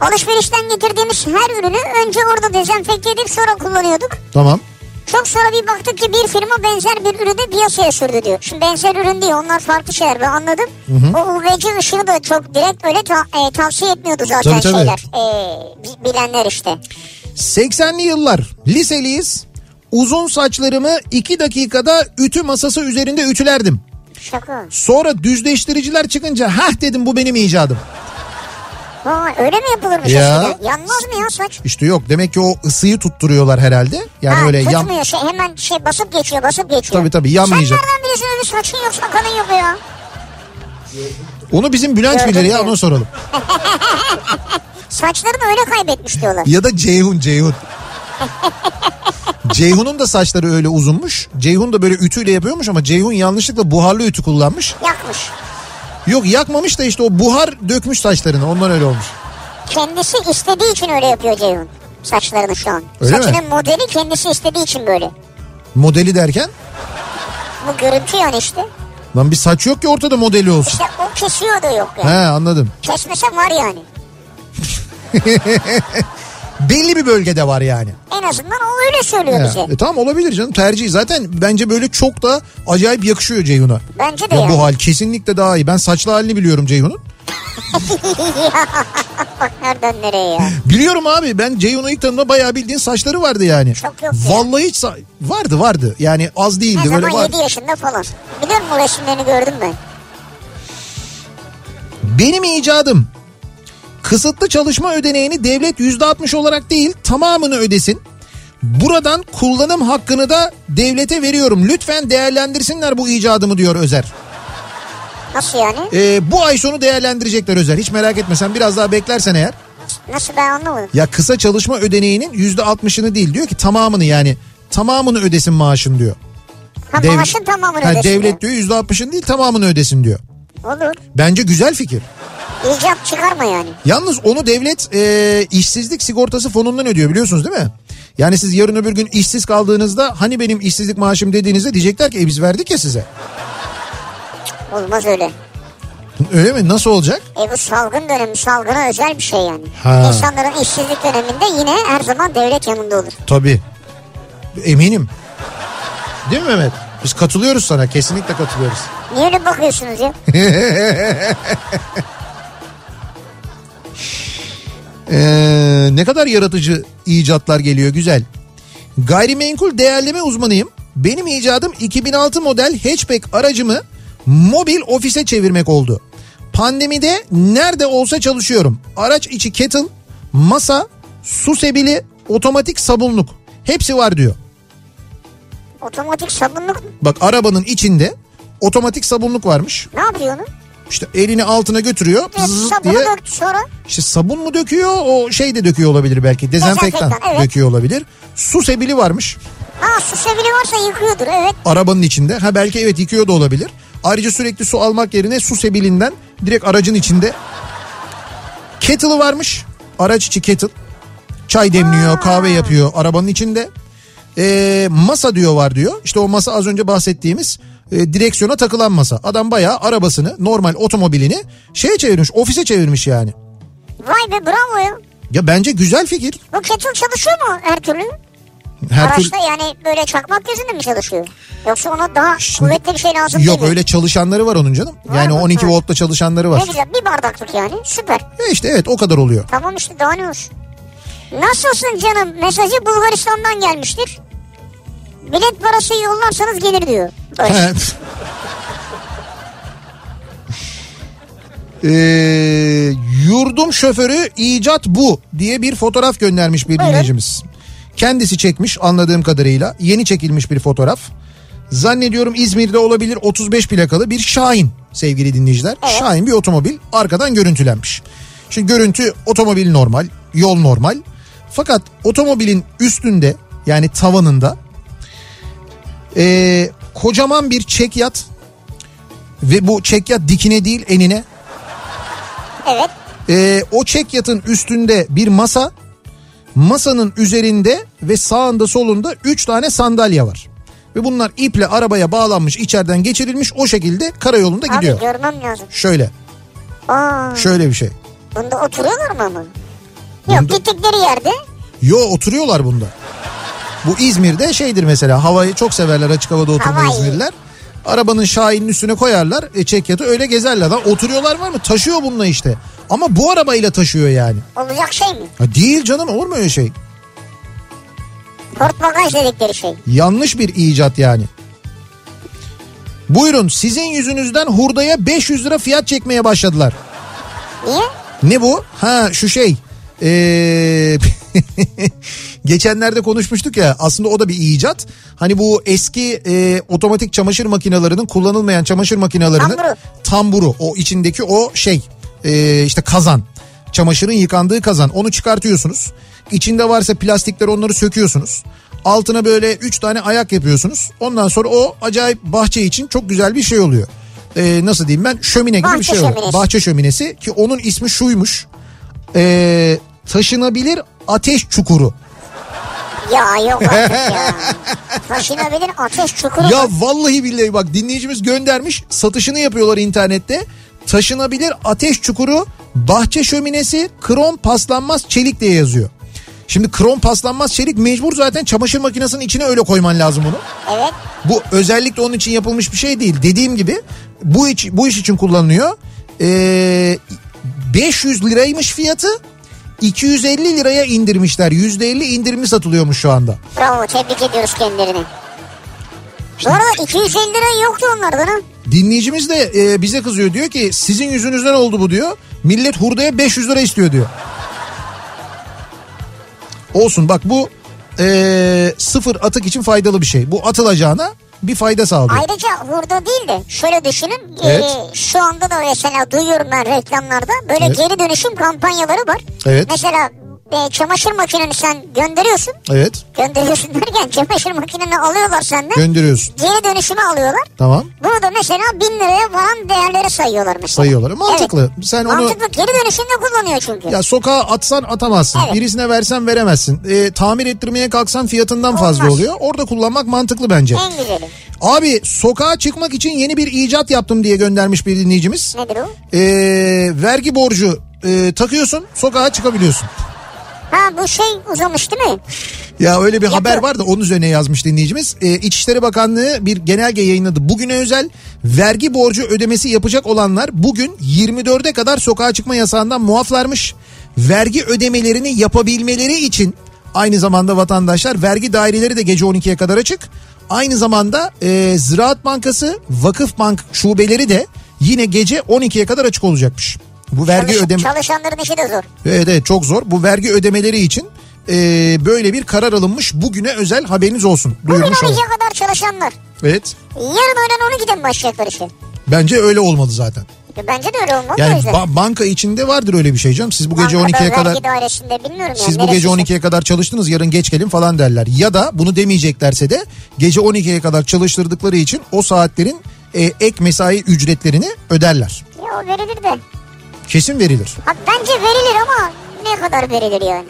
Alışverişten getirdiğimiz her ürünü önce orada dezenfekte edip sonra kullanıyorduk. Tamam. Çok sonra bir baktık ki bir firma benzer bir ürünü piyasaya sürdü diyor. Şimdi benzer ürün değil onlar farklı şeyler ben anladım. O UVC ışığı da çok direkt öyle ta- e, tavsiye etmiyordu zaten Tabii, tabii. şeyler. E, bi- bilenler işte. 80'li yıllar. Liseliyiz. Uzun saçlarımı 2 dakikada ütü masası üzerinde ütülerdim. Şaka. Sonra düzleştiriciler çıkınca hah dedim bu benim icadım. Vay, öyle mi yapılırmış Ya. eskiden? Yanmaz mı ya saç? İşte yok demek ki o ısıyı tutturuyorlar herhalde. Yani Ha, öyle yan... tutmuyor şey hemen şey basıp geçiyor basıp geçiyor. Tabii, tabii, yanmayacak. Sen nereden bilirsin öyle saçın yok sakalın yok ya. Onu bizim Bülent Gördüm bilir ya diyor. ona soralım. Saçlarını öyle kaybetmiş diyorlar. Ya da Ceyhun Ceyhun. Ceyhun'un da saçları öyle uzunmuş. Ceyhun da böyle ütüyle yapıyormuş ama Ceyhun yanlışlıkla buharlı ütü kullanmış. Yakmış. Yok yakmamış da işte o buhar dökmüş saçlarını ondan öyle olmuş. Kendisi istediği için öyle yapıyor Ceyhun. Saçlarını şu an. Öyle mi? Saçının modeli kendisi istediği için böyle. Modeli derken Bu görüntü yani işte. lan bir saç yok ki ortada modeli olsun. İşte o kesiyor da yok He yani. anladım. Kesmese var yani. Belli bir bölgede var yani. En azından o öyle söylüyor He. bize. E, tamam olabilir canım tercih. Zaten bence böyle çok da acayip yakışıyor Ceyhun'a. Bence de Ya ya. bu hal kesinlikle daha iyi. Ben saçlı halini biliyorum Ceyhun'un. Bak <laughs> nereden nereye ya. Biliyorum abi ben Ceyhun'u ilk tanıdığımda bayağı bildiğin saçları vardı yani. Çok yok ya. Vallahi hiç sa- vardı vardı yani az Her değildi böyle zaman var. 7 yaşında falan. Biliyor musun o resimlerini gördüm ben. Benim icadım kısıtlı çalışma ödeneğini devlet yüzde altmış olarak değil tamamını ödesin. Buradan kullanım hakkını da devlete veriyorum. Lütfen değerlendirsinler bu icadımı diyor Özer. Nasıl yani? Ee, bu ay sonu değerlendirecekler Özer. Hiç merak etme sen biraz daha beklersen eğer. Nasıl ben anlamadım. Ya kısa çalışma ödeneğinin yüzde altmışını değil diyor ki tamamını yani tamamını ödesin maaşın diyor. Ha Dev- maaşın tamamını Ha, ödesin. Devlet diyor yüzde altmışını değil tamamını ödesin diyor. Olur. Bence güzel fikir. İcat çıkarma yani. Yalnız onu devlet e, işsizlik sigortası fonundan ödüyor biliyorsunuz değil mi? Yani siz yarın öbür gün işsiz kaldığınızda hani benim işsizlik maaşım dediğinizde diyecekler ki e biz verdik ya size. Olmaz öyle. Öyle mi? Nasıl olacak? E bu salgın dönemi salgına özel bir şey yani. Ha. İnsanların işsizlik döneminde yine her zaman devlet yanında olur. Tabii. Eminim. Değil mi Mehmet? Biz katılıyoruz sana. Kesinlikle katılıyoruz. Niye öyle <laughs> bakıyorsunuz ya? Ee, ne kadar yaratıcı icatlar geliyor güzel. Gayrimenkul değerleme uzmanıyım. Benim icadım 2006 model hatchback aracımı mobil ofise çevirmek oldu. Pandemide nerede olsa çalışıyorum. Araç içi kettle, masa, su sebili, otomatik sabunluk. Hepsi var diyor. Otomatik sabunluk mu? Bak arabanın içinde otomatik sabunluk varmış. ne yapıyor onu? İşte elini altına götürüyor. Ya Zzz sabunu diye döktü sonra. İşte sabun mu döküyor o şey de döküyor olabilir belki dezenfektan, Dezenfektan, evet. döküyor olabilir. Su sebili varmış Ha su sebili varsa yıkıyordur evet. arabanın içinde ha belki evet yıkıyor da olabilir. Ayrıca sürekli su almak yerine su sebilinden direkt aracın içinde kettle'ı varmış araç içi kettle çay demliyor kahve yapıyor arabanın içinde. Ee, masa diyor var diyor işte o masa az önce bahsettiğimiz e, direksiyona takılan masa adam bayağı arabasını normal otomobilini şeye çevirmiş ofise çevirmiş yani. Vay be bravo ya. Ya bence güzel fikir. Bu kettle çalışıyor mu her türlü? Her türlü- Araçta yani böyle çakmak gözünde mi çalışıyor? Yoksa ona daha Şimdi- kuvvetli bir şey lazım değil Yok mi? öyle çalışanları var onun canım. Yani mı? 12 Ha. voltla çalışanları var. Ne güzel bir bardaklık yani süper. E işte evet o kadar oluyor. Tamam işte daha ne olsun. Nasılsın canım mesajı Bulgaristan'dan gelmiştir. Bilet parası yollarsanız gelir diyor. <laughs> Öyle. He. Ee, yurdum şoförü icat bu diye bir fotoğraf göndermiş bir dinleyicimiz. Kendisi çekmiş anladığım kadarıyla. Yeni çekilmiş bir fotoğraf. Zannediyorum İzmir'de olabilir 35 plakalı bir Şahin sevgili dinleyiciler. Şahin bir otomobil arkadan görüntülenmiş. Şimdi görüntü otomobil normal, yol normal. Fakat otomobilin üstünde yani tavanında ee, kocaman bir çekyat ve bu çekyat dikine değil enine. Evet. Ee, o çekyatın üstünde bir masa, masanın üzerinde ve sağında solunda 3 tane sandalye var. Ve bunlar iple arabaya bağlanmış, içeriden geçirilmiş o şekilde karayolunda Abi gidiyor. görmem lazım. Şöyle, Aa, şöyle bir şey. bunda oturuyorlar mı ama? Yok Bunda- gittikleri yerde Yo oturuyorlar bunda. Bu İzmir'de şeydir mesela havayı çok severler açık havada oturmayı Havayı. İzmirliler. Arabanın şahinin üstüne koyarlar e, çekyatı öyle gezerler. Lan oturuyorlar var mı? Taşıyor bununla işte. Ama bu arabayla taşıyor yani. olacak şey mi? Ha, değil canım olur mu öyle şey? Port bagaj dedikleri şey. Yanlış bir icat yani. Buyurun sizin yüzünüzden hurdaya 500 lira fiyat çekmeye başladılar. Niye? Ne bu? Ha şu şey. Ee, <laughs> geçenlerde konuşmuştuk ya aslında o da bir icat. Hani bu eski e, otomatik çamaşır makinelerinin kullanılmayan çamaşır makinelerinin Tamburu. tamburu o içindeki o şey e, işte kazan çamaşırın yıkandığı kazan onu çıkartıyorsunuz. İçinde varsa plastikler onları söküyorsunuz. Altına böyle 3 tane ayak yapıyorsunuz. Ondan sonra o acayip bahçe için çok güzel bir şey oluyor. E, nasıl diyeyim ben şömine gibi bir Bahçe şey oluyor. şöminesi. Bahçe şöminesi ki onun ismi şuymuş. E, taşınabilir ateş çukuru. Ya yok artık ya. Taşınabilir ateş çukuru. Ya vallahi billahi bak dinleyicimiz göndermiş satışını yapıyorlar internette. Taşınabilir ateş çukuru, bahçe şöminesi, krom paslanmaz çelik diye yazıyor. Şimdi krom paslanmaz çelik mecbur zaten çamaşır makinesinin içine öyle koyman lazım bunu. Evet. Bu özellikle onun için yapılmış bir şey değil. Dediğim gibi bu iş, bu iş için kullanılıyor. Ee, 500 liraymış fiyatı 250 liraya indirmişler. %50 indirimli satılıyormuş şu anda. Bravo tebrik ediyoruz kendilerini. Bu arada 250 lira yoktu onlardan ha. Dinleyicimiz de e, bize kızıyor diyor ki sizin yüzünüzden oldu bu diyor. Millet hurdaya 500 lira istiyor diyor. Olsun bak bu e, sıfır atık için faydalı bir şey. Bu atılacağına bir fayda sağlıyor. Ayrıca hurda değil de şöyle düşünün. ee, Evet. şu anda da mesela duyuyorum ben reklamlarda böyle Evet. geri dönüşüm kampanyaları var. Evet. Mesela e, çamaşır makineni sen gönderiyorsun. Evet Gönderiyorsun derken çamaşır makineni alıyorlar senden. gönderiyorsun. geri dönüşüme alıyorlar. Tamam Bunu da mesela bin liraya falan değerlere sayıyorlar mesela. sayıyorlar. Mantıklı. Sen onu Mantıklı geri dönüşümde kullanıyor çünkü. ya sokağa atsan atamazsın. Evet. Birisine versen veremezsin. Ee, tamir ettirmeye kalksan fiyatından fazla Olmaz. oluyor. Orada kullanmak mantıklı bence. En güzeli. Abi sokağa çıkmak için yeni bir icat yaptım diye göndermiş bir dinleyicimiz. Nedir o? Ee, vergi borcu e, takıyorsun sokağa çıkabiliyorsun. Ha bu şey uzamış değil mi? Ya öyle bir haber var da onun üzerine yazmış dinleyicimiz. Ee, İçişleri Bakanlığı bir genelge yayınladı. Bugüne özel vergi borcu ödemesi yapacak olanlar bugün 24'e kadar sokağa çıkma yasağından muaflarmış. Vergi ödemelerini yapabilmeleri için aynı zamanda vatandaşlar vergi daireleri de gece 12'ye kadar açık. Aynı zamanda e, Ziraat Bankası, Vakıf Bank şubeleri de yine gece 12'ye kadar açık olacakmış. Bu vergi Çalış- ödeme Çalışanların işi de zor. Evet evet çok zor. Bu vergi ödemeleri için e, böyle bir karar alınmış. Bugüne özel haberiniz olsun. Bugün Duyurmuş olalım. 12'ye kadar çalışanlar. Evet. Yarın öğlen 12'de mi başlayacaklar işe? E, Bence öyle olmalı zaten. Bence de öyle olmalı o Yani yüzden. ba- banka içinde vardır öyle bir şey canım. Siz bu gece Bankada, 12'ye kadar Vergi dairesinde bilmiyorum yani. siz bu gece neresi 12'ye kadar çalıştınız yarın geç gelin falan derler. Ya da bunu demeyeceklerse de gece 12'ye kadar çalıştırdıkları için o saatlerin e, ek mesai ücretlerini öderler. işte. Ya o verilir de. Kesin verilir. Ha, bence verilir ama ne kadar verilir yani?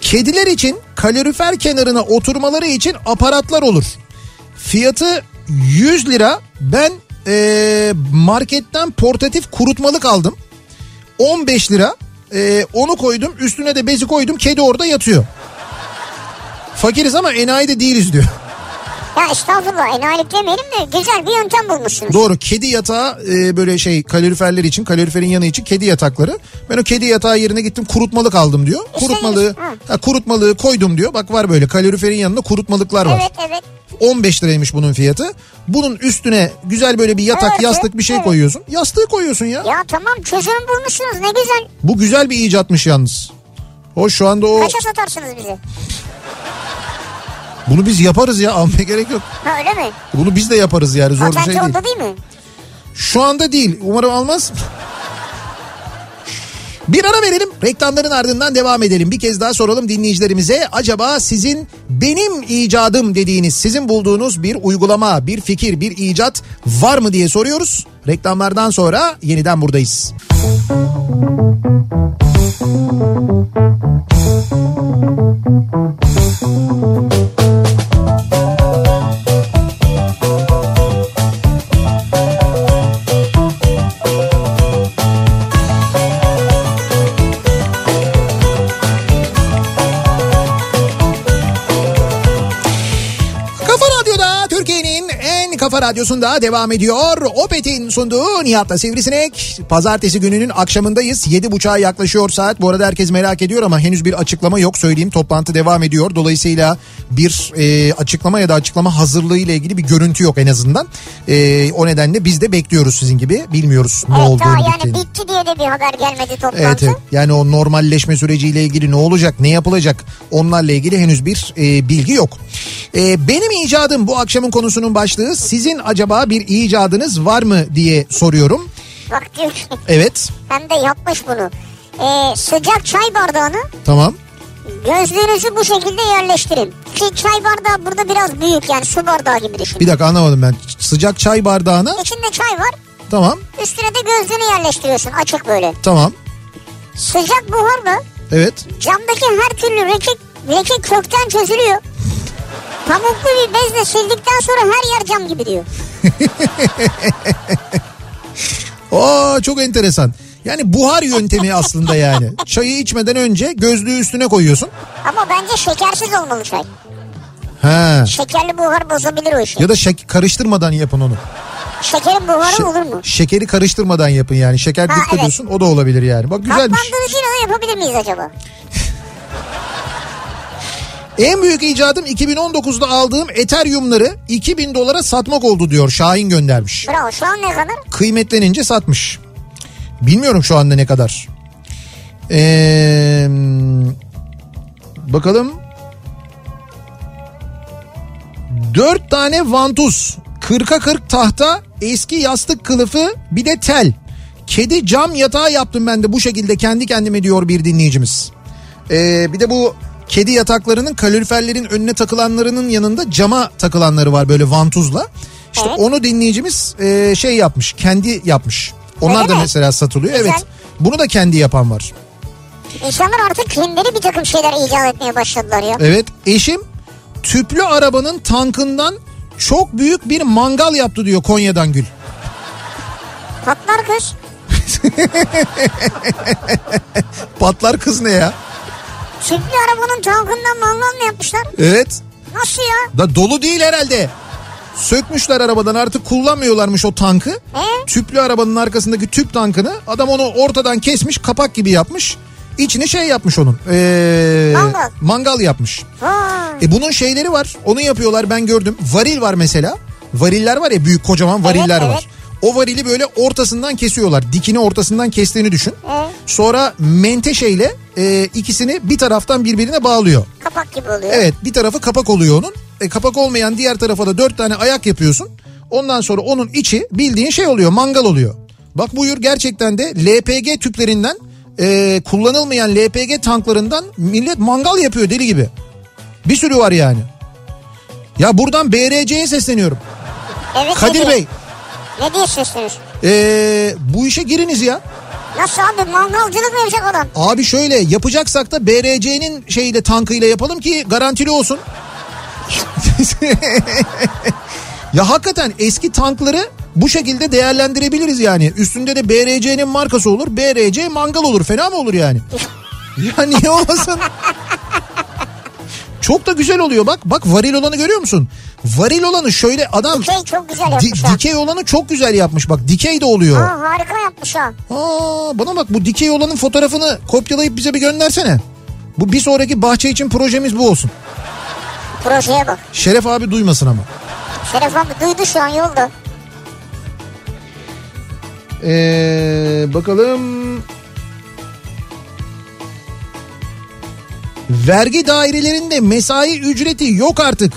Kediler için kalorifer kenarına oturmaları için aparatlar olur. Fiyatı 100 lira. Ben eee, marketten portatif kurutmalık aldım. 15 lira. Eee, onu koydum. Üstüne de bezi koydum. Kedi orada yatıyor. Fakiriz ama enayi de değiliz diyor. Ya estağfurullah enayilik demeyelim de güzel bir yöntem bulmuşsunuz. Doğru kedi yatağı e, böyle şey kaloriferler için kaloriferin yanı için kedi yatakları. Ben o kedi yatağı yerine gittim kurutmalık aldım diyor. Kurutmalığı, ha. ha, kurutmalığı koydum diyor. Bak var böyle kaloriferin yanında kurutmalıklar var. evet evet. 15 liraymış bunun fiyatı. Bunun üstüne güzel böyle bir yatak, Evet, yastık bir şey evet. koyuyorsun. Yastığı koyuyorsun ya. Ya tamam çözüm bulmuşsunuz ne güzel. Bu güzel bir icatmış yalnız. O şu anda o Kaça satarsınız bizi? bunu biz yaparız ya almaya gerek yok. Ha öyle mi? Bunu biz de yaparız yani zor bir Patenti şey değil. onda değil mi? Şu anda değil. Umarım almaz. Bir ara verelim. Reklamların ardından devam edelim. Bir kez daha soralım dinleyicilerimize. Acaba sizin benim icadım dediğiniz, sizin bulduğunuz bir uygulama, bir fikir, bir icat var mı diye soruyoruz. Reklamlardan sonra yeniden buradayız. Kafa Radyo'da Türkiye'nin en kafa radyosunda devam ediyor. Opet'in sunduğu Nihat'la Sivrisinek. Pazartesi gününün akşamındayız. 7.30'a yaklaşıyor saat. Bu arada herkes merak ediyor ama henüz bir açıklama yok. Söyleyeyim toplantı devam ediyor. Dolayısıyla bir e, açıklama ya da açıklama hazırlığı ile ilgili bir görüntü yok en azından. E, o nedenle biz de bekliyoruz sizin gibi. Bilmiyoruz ne evet olduğunu. daha yani bittiğini. bitti diye de bir haber gelmedi toplantı. Evet, evet. Yani o normalleşme süreciyle ilgili ne olacak, ne yapılacak onlarla ilgili henüz bir e, bilgi yok. E, benim icadım bu akşamın konusunun başlığı. Sizin acaba bir icadınız var mı diye soruyorum. Bak diyor ki Evet, hem de yapmış bunu. Ee, sıcak çay bardağını tamam. gözlüğünüzü bu şekilde yerleştirin. Ki çay bardağı burada biraz büyük yani su bardağı gibi düşün. Bir dakika anlamadım ben. Sıcak çay bardağına İçinde çay var tamam, üstüne de gözlüğünü yerleştiriyorsun açık böyle. tamam. Sıcak buharla Evet. camdaki her türlü rekik, rekik kökten çözülüyor. Pamuklu bir bezle sildikten sonra her yer cam gibi diyor. Aa çok enteresan. Yani buhar yöntemi aslında yani. Çayı içmeden önce gözlüğü üstüne koyuyorsun. Ama bence şekersiz olmalı çay. He. Şekerli buhar bozabilir o işi. Ya da şek- karıştırmadan yapın onu. Şekerin buharı Şe- olur mu? Şekeri karıştırmadan yapın yani. Şeker Ha, dikkat evet. dursun o da olabilir yani. Bak güzelmiş. Katlandırıcıyla da yapabilir miyiz acaba? En büyük icadım 2019'da aldığım Ethereum'ları 2000 dolara satmak oldu diyor. Şahin göndermiş. Bravo şu an ne kadar? Kıymetlenince satmış. Bilmiyorum şu anda ne kadar. Ee, bakalım. 4 tane vantuz, 40'a 40 tahta, eski yastık kılıfı, bir de tel. Kedi cam yatağı yaptım ben de bu şekilde kendi kendime diyor bir dinleyicimiz. Ee, bir de bu kedi yataklarının kaloriferlerin önüne takılanlarının yanında cama takılanları var böyle vantuzla. İşte Evet. onu dinleyicimiz e, şey yapmış kendi yapmış. Onlar Öyle da mi? mesela satılıyor Güzel. evet. Bunu da kendi yapan var. İnsanlar artık kendileri bir takım şeyler icat etmeye başladılar ya. Evet eşim tüplü arabanın tankından çok büyük bir mangal yaptı diyor Konya'dan Gül. Patlar kız. Patlar kız ne ya? Çiftli arabanın tankından mangal mı yapmışlar? Evet. Nasıl ya? Da dolu değil herhalde. Sökmüşler arabadan artık kullanmıyorlarmış o tankı. E? Tüplü arabanın arkasındaki tüp tankını adam onu ortadan kesmiş kapak gibi yapmış. İçine şey yapmış onun. ee, Mangal. Mangal yapmış. Vay. E bunun şeyleri var. Onu yapıyorlar ben gördüm. Varil var mesela. Variller var ya büyük kocaman variller Evet, var. O varili böyle ortasından kesiyorlar. Dikini ortasından kestiğini düşün. Sonra menteşeyle e, ikisini bir taraftan birbirine bağlıyor. Kapak gibi oluyor. Evet bir tarafı kapak oluyor onun. E, kapak olmayan diğer tarafa da dört tane ayak yapıyorsun. Ondan sonra onun içi bildiğin şey oluyor mangal oluyor. Bak buyur gerçekten de LPG tüplerinden e, kullanılmayan LPG tanklarından millet mangal yapıyor deli gibi. Bir sürü var yani. Ya buradan BRC'ye sesleniyorum. Evet, ne <laughs> Kadir diyor? Bey Ne diye sesleniyor? e, bu işe giriniz ya. Nasıl abi mangalcılık mı yapacak adam? Abi şöyle yapacaksak da BRC'nin şeyiyle tankıyla yapalım ki garantili olsun. <laughs> ya hakikaten eski tankları bu şekilde değerlendirebiliriz yani. Üstünde de BRC'nin markası olur. BRC mangal olur. Fena mı olur yani? ya niye olmasın? Çok da güzel oluyor bak. Bak varil olanı görüyor musun? Varil olanı şöyle adam Şey çok güzel di- yapmış ha. dikey olanı çok güzel yapmış bak. Dikey de oluyor. Aa, harika yapmış ha. Aa, bana bak bu dikey olanın fotoğrafını kopyalayıp bize bir göndersene. Bu bir sonraki bahçe için projemiz bu olsun. Projeye bak. Şeref abi duymasın ama. Şeref abi duydu şu an yolda. Ee, bakalım. Vergi dairelerinde mesai ücreti yok artık.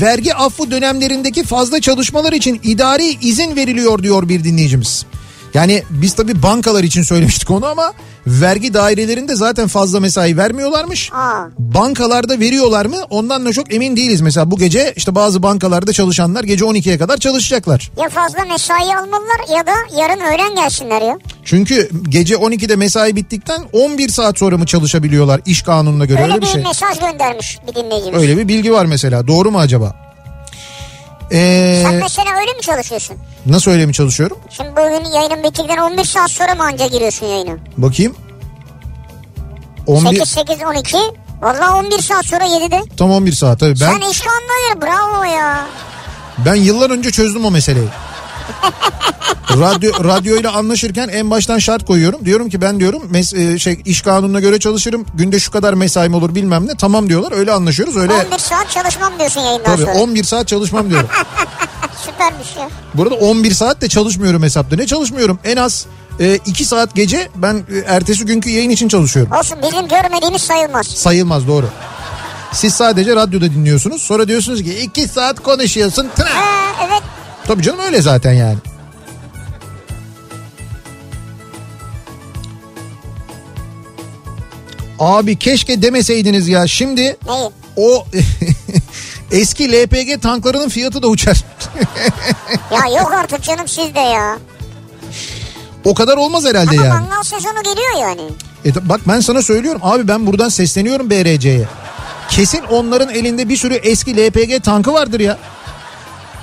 Vergi affı dönemlerindeki fazla çalışmalar için idari izin veriliyor diyor bir dinleyicimiz. Yani biz tabii bankalar için söylemiştik onu ama vergi dairelerinde zaten fazla mesai vermiyorlarmış. Aa. Bankalarda veriyorlar mı ondan da çok emin değiliz. Mesela bu gece işte bazı bankalarda çalışanlar gece 12'ye kadar çalışacaklar. Ya fazla mesai almalılar ya da yarın öğlen gelsinler ya. Çünkü gece 12'de mesai bittikten 11 saat sonra mı çalışabiliyorlar iş kanununa göre öyle, Öyle, bir şey. mesaj göndermiş bir dinleyicimiz. Öyle bir bilgi var mesela doğru mu acaba? Ee, Sen mesela öyle mi çalışıyorsun? nasıl öyle mi çalışıyorum? Şimdi bugün yayının bittikten 11 saat sonra mı anca giriyorsun yayına? Bakayım. 11, 8, 8, 12. Valla 11 saat sonra 7'de. tam 11 saat tabii ben Sen iş kanununa göre bravo ya. ben yıllar önce çözdüm o meseleyi. Radyo radyoyla anlaşırken en baştan şart koyuyorum. Diyorum ki ben diyorum mes- e, şey iş kanununa göre çalışırım. Günde şu kadar mesaim olur bilmem ne. Tamam diyorlar. Öyle anlaşıyoruz. Öyle 11 saat çalışmam diyorsun yayından tabii sonra. 11 saat çalışmam diyorum. Süpermiş ya. Bu arada 11 saat de çalışmıyorum hesapta. Ne çalışmıyorum? En az 2 saat gece ben e, ertesi günkü yayın için çalışıyorum. Olsun bizim görmediğimiz sayılmaz. Sayılmaz doğru. Siz sadece radyoda dinliyorsunuz. Sonra diyorsunuz ki 2 saat konuşuyorsun. Tına. Ha, evet Tabii canım öyle zaten yani. Abi keşke demeseydiniz ya. Şimdi neyi? o <laughs> eski LPG tanklarının fiyatı da uçar. Ya yok artık canım sizde ya. O kadar olmaz herhalde Ama yani. mangal sezonu geliyor yani. E ta- bak ben sana söylüyorum abi ben buradan sesleniyorum BRC'ye. Kesin onların elinde bir sürü eski LPG tankı vardır ya.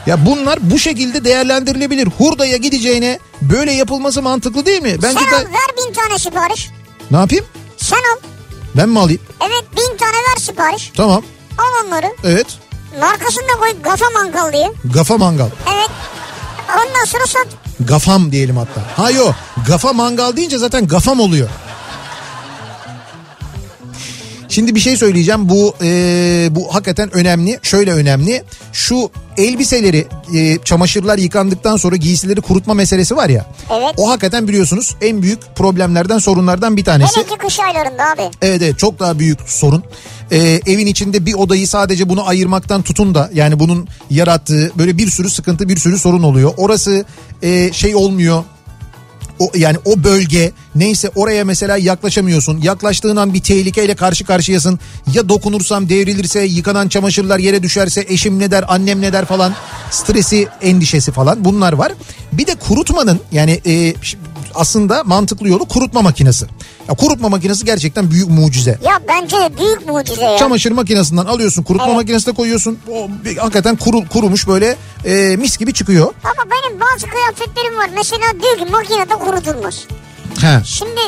Ya bunlar bu şekilde değerlendirilebilir. Hurdaya gideceğine böyle yapılması mantıklı değil mi? Bence Sen de... al ver bin tane sipariş. Ne yapayım? Sen al. Ben mi alayım? Evet bin tane ver sipariş. Tamam. Al onları. Evet. Markasını da koy gafa mangal diye. Gafa mangal. Evet. Ondan sonra sat. Gafam diyelim hatta. Ha yok. Gafa mangal deyince zaten gafam oluyor. Şimdi bir şey söyleyeceğim. Bu e, bu hakikaten önemli. Şöyle önemli. Şu elbiseleri, e, çamaşırlar yıkandıktan sonra giysileri kurutma meselesi var ya. Evet. O hakikaten biliyorsunuz en büyük problemlerden, sorunlardan bir tanesi. Hele ki kış aylarında abi. Evet evet çok daha büyük sorun. Ee, evin içinde bir odayı sadece bunu ayırmaktan tutun da yani bunun yarattığı böyle bir sürü sıkıntı bir sürü sorun oluyor. Orası e, şey olmuyor o, yani o bölge neyse oraya mesela yaklaşamıyorsun. Yaklaştığın an bir tehlikeyle karşı karşıyasın. Ya dokunursam devrilirse yıkanan çamaşırlar yere düşerse eşim ne der annem ne der falan stresi endişesi falan bunlar var. Bir de kurutmanın yani e, ş- aslında mantıklı yolu kurutma makinesi. Ya kurutma makinesi gerçekten büyük mucize. Ya bence de büyük mucize ya. Çamaşır makinesinden alıyorsun kurutma makinesine koyuyorsun. O, bir- hakikaten kuru, kurumuş böyle e, mis gibi çıkıyor. Ama benim bazı kıyafetlerim var. Mesela diyor ki makinede kurutulmaz. He. Şimdi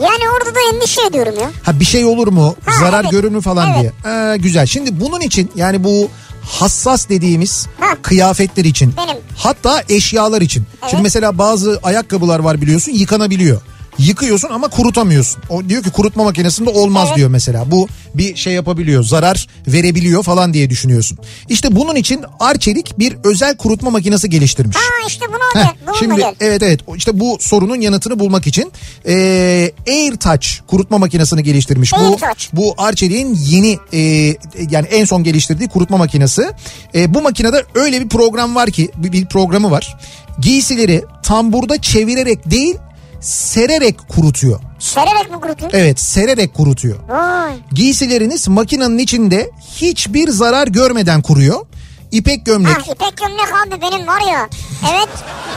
yani orada da endişe ediyorum ya. Ha bir şey olur mu? Ha, Zarar evet. görür mü falan Evet. diye. Ee, güzel. Şimdi bunun için yani bu hassas dediğimiz Ha. kıyafetler için Benim. hatta eşyalar için. Şimdi mesela bazı ayakkabılar var biliyorsun yıkanabiliyor. Yıkıyorsun ama kurutamıyorsun. O diyor ki kurutma makinesinde olmaz Evet. diyor mesela. Bu bir şey yapabiliyor, zarar verebiliyor falan diye düşünüyorsun. İşte bunun için Arçelik bir özel kurutma makinesi geliştirmiş. Ha işte bunu Heh, gel. Bunu şimdi e- gel. evet evet işte bu sorunun yanıtını bulmak için eee AirTouch kurutma makinesini geliştirmiş. Bu AirTouch. bu Arçelik'in yeni eee, yani en son geliştirdiği kurutma makinesi. Eee, bu makinede öyle bir program var ki bir, bir programı var. Giysileri tamburda çevirerek değil sererek kurutuyor. Sererek mi kurutuyor? Evet sererek kurutuyor. e- Vay. Giysileriniz makinenin içinde hiçbir zarar görmeden kuruyor. İpek gömlek. Ha ipek Ah, gömlek abi benim var ya. Evet.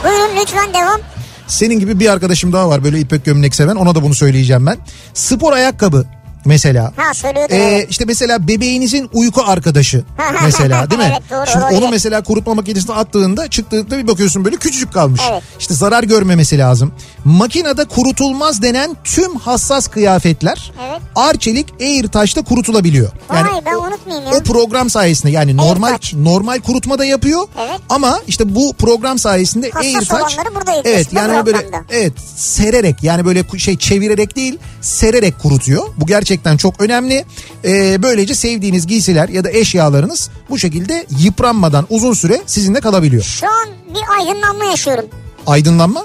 Buyurun lütfen devam. Senin gibi bir arkadaşım daha var böyle ipek gömlek seven. Ona da bunu söyleyeceğim ben. Spor ayakkabı mesela. Ha söylüyordun. Ee, evet. işte mesela bebeğinizin uyku <laughs> arkadaşı mesela değil mi? Evet, doğru, Şimdi olabilir. onu mesela kurutma makinesine attığında çıktığında bir bakıyorsun böyle küçücük kalmış. Evet. İşte zarar görmemesi lazım. Makinede kurutulmaz denen tüm hassas kıyafetler Evet. Arçelik AirTouch'ta kurutulabiliyor. Vay ben o- unutmayayım ya. o program sayesinde yani normal AirTouch. normal kurutma da yapıyor. Evet. Ama işte bu program sayesinde Hassas AirTouch olanları burada yapıyorsun Evet bu yani o böyle programda. evet sererek yani böyle ku- şey çevirerek değil sererek kurutuyor. Bu gerçekten çok önemli. Ee, böylece sevdiğiniz giysiler ya da eşyalarınız bu şekilde yıpranmadan uzun süre sizinle kalabiliyor. Şu an bir aydınlanma yaşıyorum. Aydınlanma?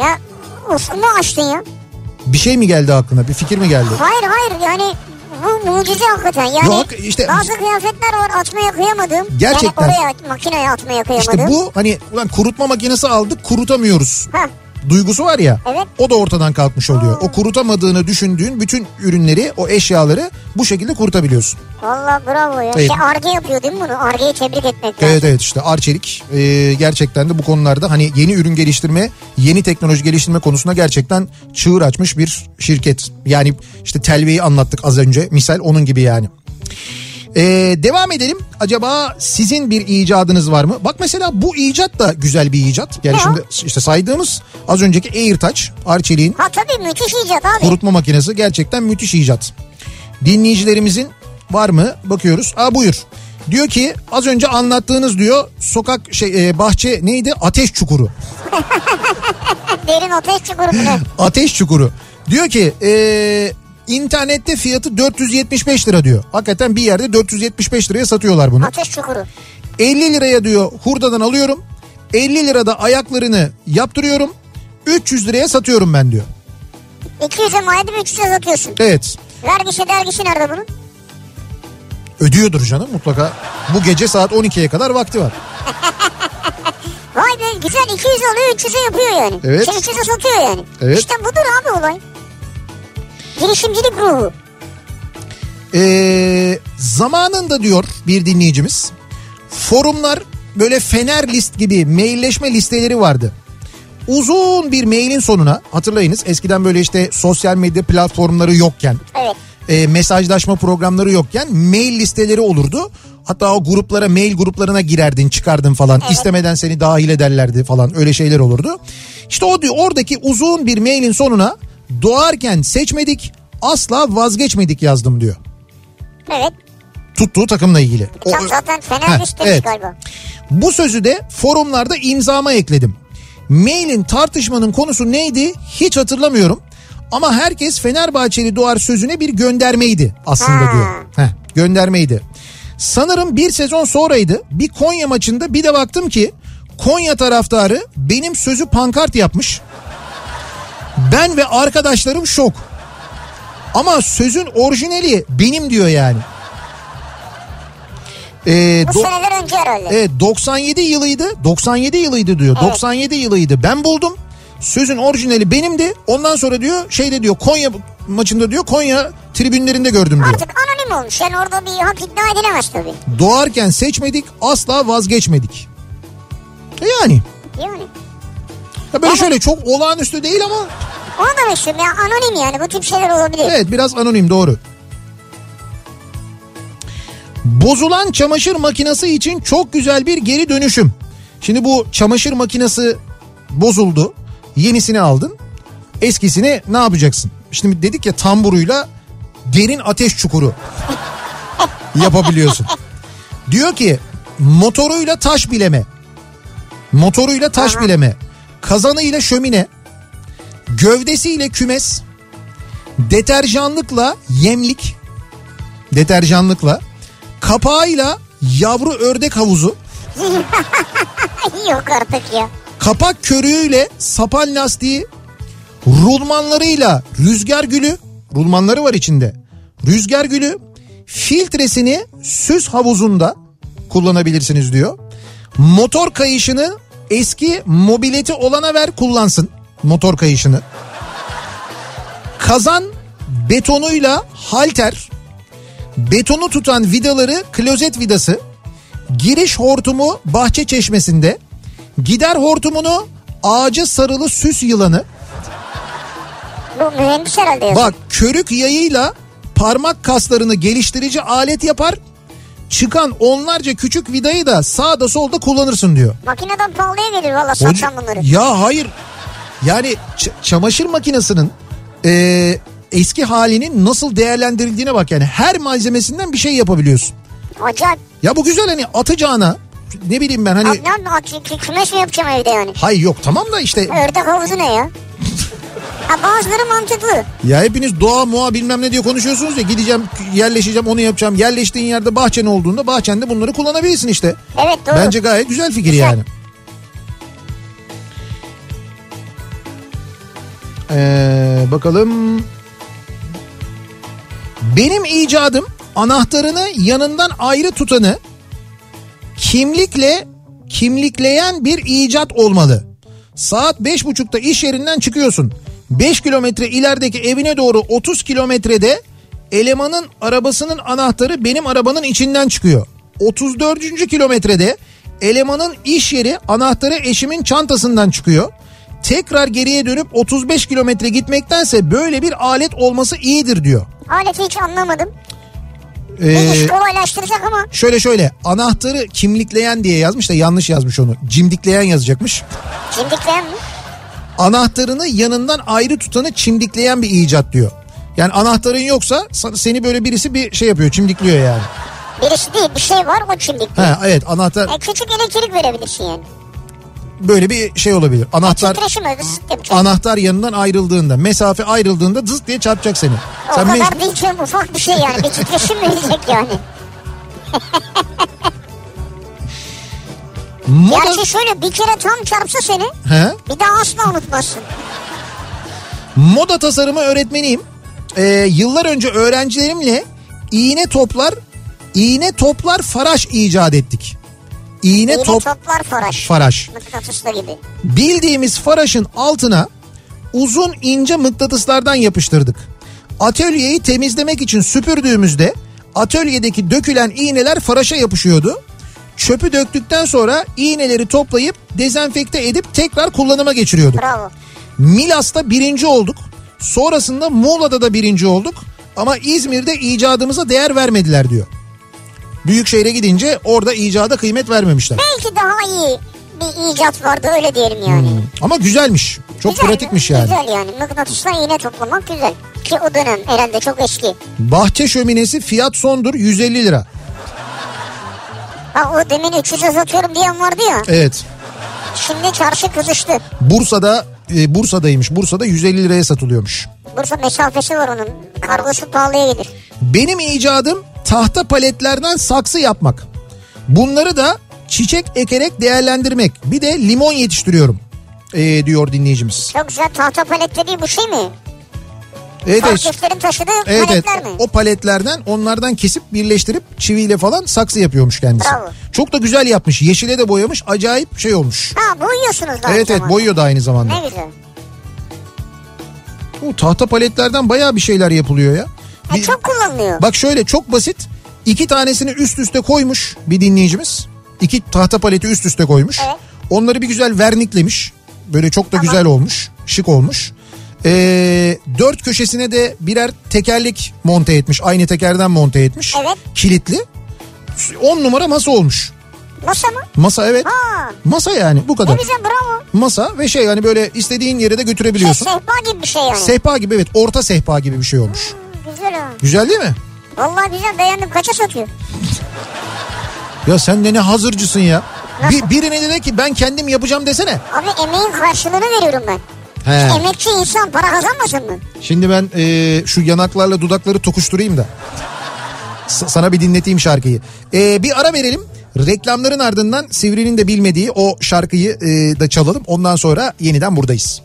Ya ufkumu açtın ya. Bir şey mi geldi aklına? Bir fikir mi geldi? Hayır hayır yani bu mucize hakikaten. Yani Yok, işte- bazı kıyafetler var atmaya kıyamadım. Gerçekten. Yani oraya makineye atmaya kıyamadım. İşte bu hani ulan kurutma makinesi aldık kurutamıyoruz. Ha, duygusu var ya Evet. o da ortadan kalkmış oluyor. O kurutamadığını düşündüğün bütün ürünleri o eşyaları bu şekilde kurutabiliyorsun. valla bravo ya. Evet. İşte Arge yapıyor değil mi bunu? Arge'yi tebrik etmek lazım. Evet evet işte Arçelik e, gerçekten de bu konularda hani yeni ürün geliştirme, yeni teknoloji geliştirme konusunda gerçekten çığır açmış bir şirket. Yani işte Telve'yi anlattık az önce misal onun gibi yani. E, devam edelim. Acaba sizin bir icadınız var mı? Bak mesela bu icat da güzel bir icat. Yani Ne o? şimdi işte saydığımız az önceki AirTouch, Arçelik'in Ha tabii müthiş icat abi. Kurutma makinesi gerçekten müthiş icat. Dinleyicilerimizin var mı? Bakıyoruz. Aa buyur. Diyor ki az önce anlattığınız diyor sokak şey e, bahçe neydi? Ateş çukuru. <laughs> Derin <laughs> ateş çukurunda. Ateş çukuru. Diyor ki e, internette fiyatı 475 lira diyor. Hakikaten bir yerde 475 liraya satıyorlar bunu. ateş çukuru. 50 liraya diyor hurdadan alıyorum. 50 lirada ayaklarını yaptırıyorum. 300 liraya satıyorum ben diyor. 200'e maliyeti 300'e satıyorsun. Evet. Vergisi dergisi nerede bunun? Ödüyordur canım mutlaka. Bu gece saat 12'ye kadar vakti var. Vay be güzel 200 alıyor 300'e yapıyor yani. Evet. Şey, 300'e satıyor yani. Evet. İşte budur abi olay. Girişimcilik ruhu. Ee, zamanında diyor bir dinleyicimiz forumlar böyle fener list gibi mailleşme listeleri vardı. Uzun bir mailin sonuna hatırlayınız eskiden böyle işte sosyal medya platformları yokken Evet. e, mesajlaşma programları yokken mail listeleri olurdu. Hatta o gruplara mail gruplarına girerdin çıkardın falan istemeden seni dahil ederlerdi falan öyle şeyler olurdu. İşte o diyor oradaki uzun bir mailin sonuna doğarken seçmedik asla vazgeçmedik yazdım diyor. Evet. Tuttuğu takımla ilgili. O- Tam zaten Heh, fena listeymiş evet. galiba. Bu sözü de forumlarda imzama ekledim. Mailin tartışmanın konusu neydi hiç hatırlamıyorum. Ama herkes Fenerbahçeli Doğar sözüne bir göndermeydi aslında Ha. diyor. Heh, göndermeydi. Sanırım bir sezon sonraydı. Bir Konya maçında bir de baktım ki Konya taraftarı benim sözü pankart yapmış. Ben ve arkadaşlarım şok. Ama sözün orijinali benim diyor yani. Ee, Bu do- seneler önce herhalde. Evet 97 yılıydı. 97 yılıydı diyor. 97 yılıydı. Ben buldum. Sözün orijinali benimdi. Ondan sonra diyor şeyde diyor Konya maçında diyor Konya tribünlerinde gördüm diyor. Artık anonim olmuş. Yani orada bir hak iddia edilemez tabii. Doğarken seçmedik asla vazgeçmedik. E Yani Yani. ya böyle şöyle çok olağanüstü değil ama Onu da meşhur ya anonim yani bu tip şeyler olabilir. evet biraz anonim doğru. Bozulan çamaşır makinesi için çok güzel bir geri dönüşüm. Şimdi bu çamaşır makinesi bozuldu. Yenisini aldın. Eskisini ne yapacaksın? Şimdi dedik ya tamburuyla derin ateş çukuru yapabiliyorsun. Diyor ki motoruyla taş bileme. Motoruyla taş bileme. Kazanıyla şömine. Gövdesiyle kümes. Deterjanlıkla yemlik. Deterjanlıkla. Kapağıyla yavru ördek havuzu. Yok artık ya. Kapak körüğüyle sapan lastiği. Rulmanlarıyla rüzgar gülü. Rulmanları var içinde. Rüzgar gülü. Filtresini süs havuzunda kullanabilirsiniz diyor. Motor kayışını eski mobileti olana ver kullansın. Motor kayışını. Kazan betonuyla halter. Betonu tutan vidaları klozet vidası. Giriş hortumu bahçe çeşmesinde. Gider hortumunu ağaca sarılı süs yılanı. Bu mühendis herhalde yazıyor. Bak körük yayıyla parmak kaslarını geliştirici alet yapar. Çıkan onlarca küçük vidayı da sağda solda kullanırsın diyor. Makineden pahalıya gelir valla Hoca- satsam bunları. Ya hayır. Yani ç- çamaşır makinesinin e, eski halinin nasıl değerlendirildiğine bak yani. Her malzemesinden bir şey yapabiliyorsun. Acayip. Ya bu güzel hani atacağına ne bileyim ben hani... Abi ne yapayım? Kü- kü- Kümes mi yapacağım evde yani? Hayır yok tamam da işte Ördek havuzu ne ya? ha, bazıları mantıklı. ya hepiniz doğa muğa bilmem ne diye konuşuyorsunuz ya gideceğim yerleşeceğim onu yapacağım yerleştiğin yerde bahçen olduğunda bahçende bunları kullanabilirsin işte. Evet doğru. Bence gayet güzel fikir yani. Ee, bakalım. Benim icadım anahtarını yanından ayrı tutanı kimlikle kimlikleyen bir icat olmalı. Saat beş buçukta iş yerinden çıkıyorsun. 5 kilometre ilerideki evine doğru 30 kilometrede elemanın arabasının anahtarı benim arabanın içinden çıkıyor. 34. kilometrede elemanın iş yeri anahtarı eşimin çantasından çıkıyor. Tekrar geriye dönüp 35 kilometre gitmektense böyle bir alet olması iyidir diyor. Aleti hiç anlamadım. Ee, Bir iş kolaylaştıracak ama Şöyle şöyle anahtarı kimlikleyen diye yazmış da yanlış yazmış onu. Cimdikleyen yazacakmış. cimdikleyen mi? Anahtarını yanından ayrı tutanı çimdikleyen bir icat diyor. Yani anahtarın yoksa sa- seni böyle birisi bir şey yapıyor çimdikliyor yani. Birisi değil bir şey var o çimdik. Ha, evet anahtar E, küçük elektrik verebilirsin yani. böyle bir şey olabilir. Anahtar Titreşim öyle zıt yapacak. anahtar yanından ayrıldığında mesafe ayrıldığında zıt diye çarpacak seni. o Sen kadar mecbur- değil canım ufak bir şey yani. Bir titreşim verecek yani. Moda... Gerçi şey şöyle bir kere tam çarpsa seni He? bir daha asla unutmazsın. Moda tasarımı öğretmeniyim. Ee, yıllar önce öğrencilerimle iğne toplar, iğne toplar faraş icat ettik. İğne Yine top toplar faraş. faraş. Mıknatıslı gibi. Bildiğimiz faraşın altına uzun ince mıknatıslardan yapıştırdık. Atölyeyi temizlemek için süpürdüğümüzde atölyedeki dökülen iğneler faraşa yapışıyordu. Çöpü döktükten sonra iğneleri toplayıp dezenfekte edip tekrar kullanıma geçiriyorduk. Bravo. Milas'ta birinci olduk. Sonrasında Muğla'da da birinci olduk. Ama İzmir'de icadımıza değer vermediler diyor. Büyükşehir'e gidince orada icada kıymet vermemişler. Belki daha iyi bir icat vardı öyle diyelim yani. Ama güzelmiş. Hmm. Çok Güzel, pratikmiş yani. Güzel yani. Mıknatısla iğne toplamak güzel. Ki o dönem herhalde çok eski. Bahçe şöminesi fiyat sondur 150 lira. Ha o demin 300'e satıyorum diyen vardı ya. Evet. Şimdi çarşı kızıştı. Bursa'da e, Bursa'daymış. Bursa'da 150 liraya satılıyormuş. Bursa mesafesi var onun. Kargosu pahalıya gelir. Benim icadım tahta paletlerden saksı yapmak. Bunları da çiçek ekerek değerlendirmek. Bir de limon yetiştiriyorum e, diyor dinleyicimiz. Çok güzel tahta palet dediği bu şey mi? Evet evet. Farketlerin taşıdığı Evet, evet. paletler mi? O paletlerden onlardan kesip birleştirip çiviyle falan saksı yapıyormuş kendisi. Bravo. Çok da güzel yapmış. Yeşile de boyamış. Acayip şey olmuş. Ha boyuyorsunuz da. evet evet boyuyor da aynı zamanda. Ne güzel. Bu tahta paletlerden bayağı bir şeyler yapılıyor ya. Ha, Bir- E, çok kullanılıyor. Bak şöyle çok basit. İki tanesini üst üste koymuş bir dinleyicimiz. İki tahta paleti üst üste koymuş. Evet. Onları bir güzel verniklemiş. Böyle çok da güzel olmuş. Şık olmuş. Ee, dört köşesine de birer tekerlek monte etmiş. Aynı tekerden monte etmiş. Evet. Kilitli. On numara masa olmuş. Masa mı? Masa evet. Ha. Masa yani bu Ne kadar. güzel bravo. E, Masa ve şey yani böyle istediğin yere de Şey, götürebiliyorsun. sehpa gibi bir şey yani. Sehpa gibi evet orta sehpa gibi bir şey olmuş. Güzel ha. Güzel değil mi? Vallahi güzel beğendim. Kaça satıyor? Ya sen de ne hazırcısın ya. Bir, birine dedi ki ben kendim yapacağım desene. Abi emeğin karşılığını veriyorum ben. He. Emekçi insan para kazanmasın mı? Şimdi ben e, şu yanaklarla dudakları tokuşturayım da. S- sana bir dinleteyim şarkıyı. E, bir ara verelim. Reklamların ardından Sivri'nin de bilmediği o şarkıyı e, da çalalım. Ondan sonra yeniden buradayız.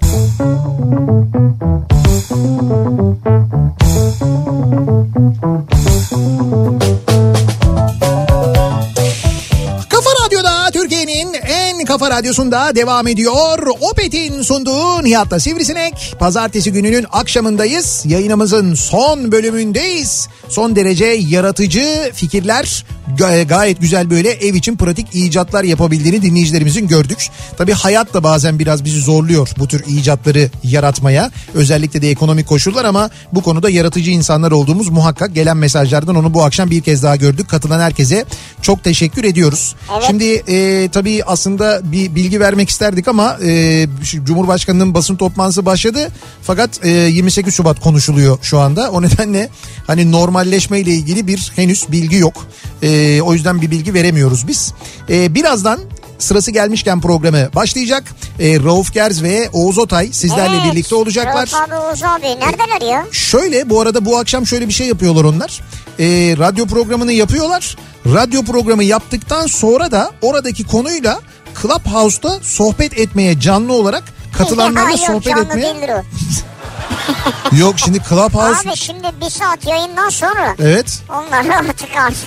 Kafa Radyo'da Türkiye'nin en kafa radyosunda devam ediyor. Opet'in sunduğu Nihat'la Sivrisinek. Pazartesi gününün akşamındayız. Yayınımızın son bölümündeyiz. Son derece yaratıcı fikirler ga- gayet güzel böyle ev için pratik icatlar yapabildiğini dinleyicilerimizin gördük. Tabii hayat da bazen biraz bizi zorluyor bu tür icatları yaratmaya. Özellikle de ekonomik koşullar ama bu konuda yaratıcı insanlar olduğumuz muhakkak gelen mesajlardan onu bu akşam bir kez daha gördük. Katılan herkese çok teşekkür ediyoruz. Şimdi e, tabii aslında bir bilgi vermek isterdik ama e, şu Cumhurbaşkanı'nın basın toplantısı başladı. Fakat e, 28 Şubat konuşuluyor şu anda. O <laughs> nedenle hani normalleşme ile ilgili bir henüz bilgi yok. E, o yüzden bir bilgi veremiyoruz biz. E, birazdan sırası gelmişken programı başlayacak. E, Rauf Gerz ve Oğuz Otay sizlerle Evet. birlikte olacaklar. Rauf abi Oğuz abi neredeler ya? Şöyle bu arada bu akşam şöyle bir şey yapıyorlar onlar. Ee, radyo programını yapıyorlar. Radyo programı yaptıktan sonra da oradaki konuyla Clubhouse'da sohbet etmeye canlı olarak katılanlarla Hayır, sohbet canlı etmeye. değildir o. <laughs> Yok şimdi Clubhouse Abi şimdi bir saat yayından sonra evet. onlar artık artık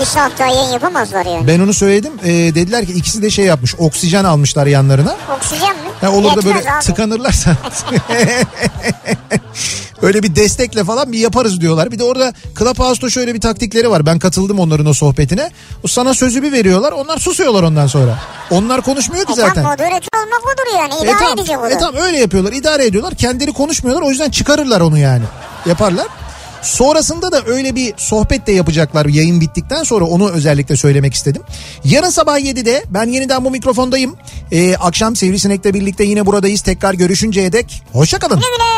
bir saat daha yayın yapamazlar yani. Ben onu söyledim. Ee, dediler ki ikisi de şey yapmış. Oksijen almışlar yanlarına. Oksijen mi? Ya olur da Yetmez böyle abi. tıkanırlarsa. <laughs> Öyle bir destekle falan bir yaparız diyorlar. Bir de orada Clubhouse'da şöyle bir taktikleri var. Ben katıldım onların o sohbetine. O sana sözü bir veriyorlar. Onlar susuyorlar ondan sonra. Onlar konuşmuyor ki E zaten. tam moderatör olmak budur yani. E İdare tamam, edecek o da. e tamam öyle yapıyorlar. İdare ediyorlar. Kendileri konuşmuyorlar. O yüzden çıkarırlar onu yani. Yaparlar. Sonrasında da öyle bir sohbet de yapacaklar yayın bittikten sonra onu özellikle söylemek istedim. Yarın sabah 7'de ben yeniden bu E, mikrofondayım. Ee, akşam Sivrisinek'le birlikte yine buradayız. Tekrar görüşünceye dek hoşçakalın. Güle güle.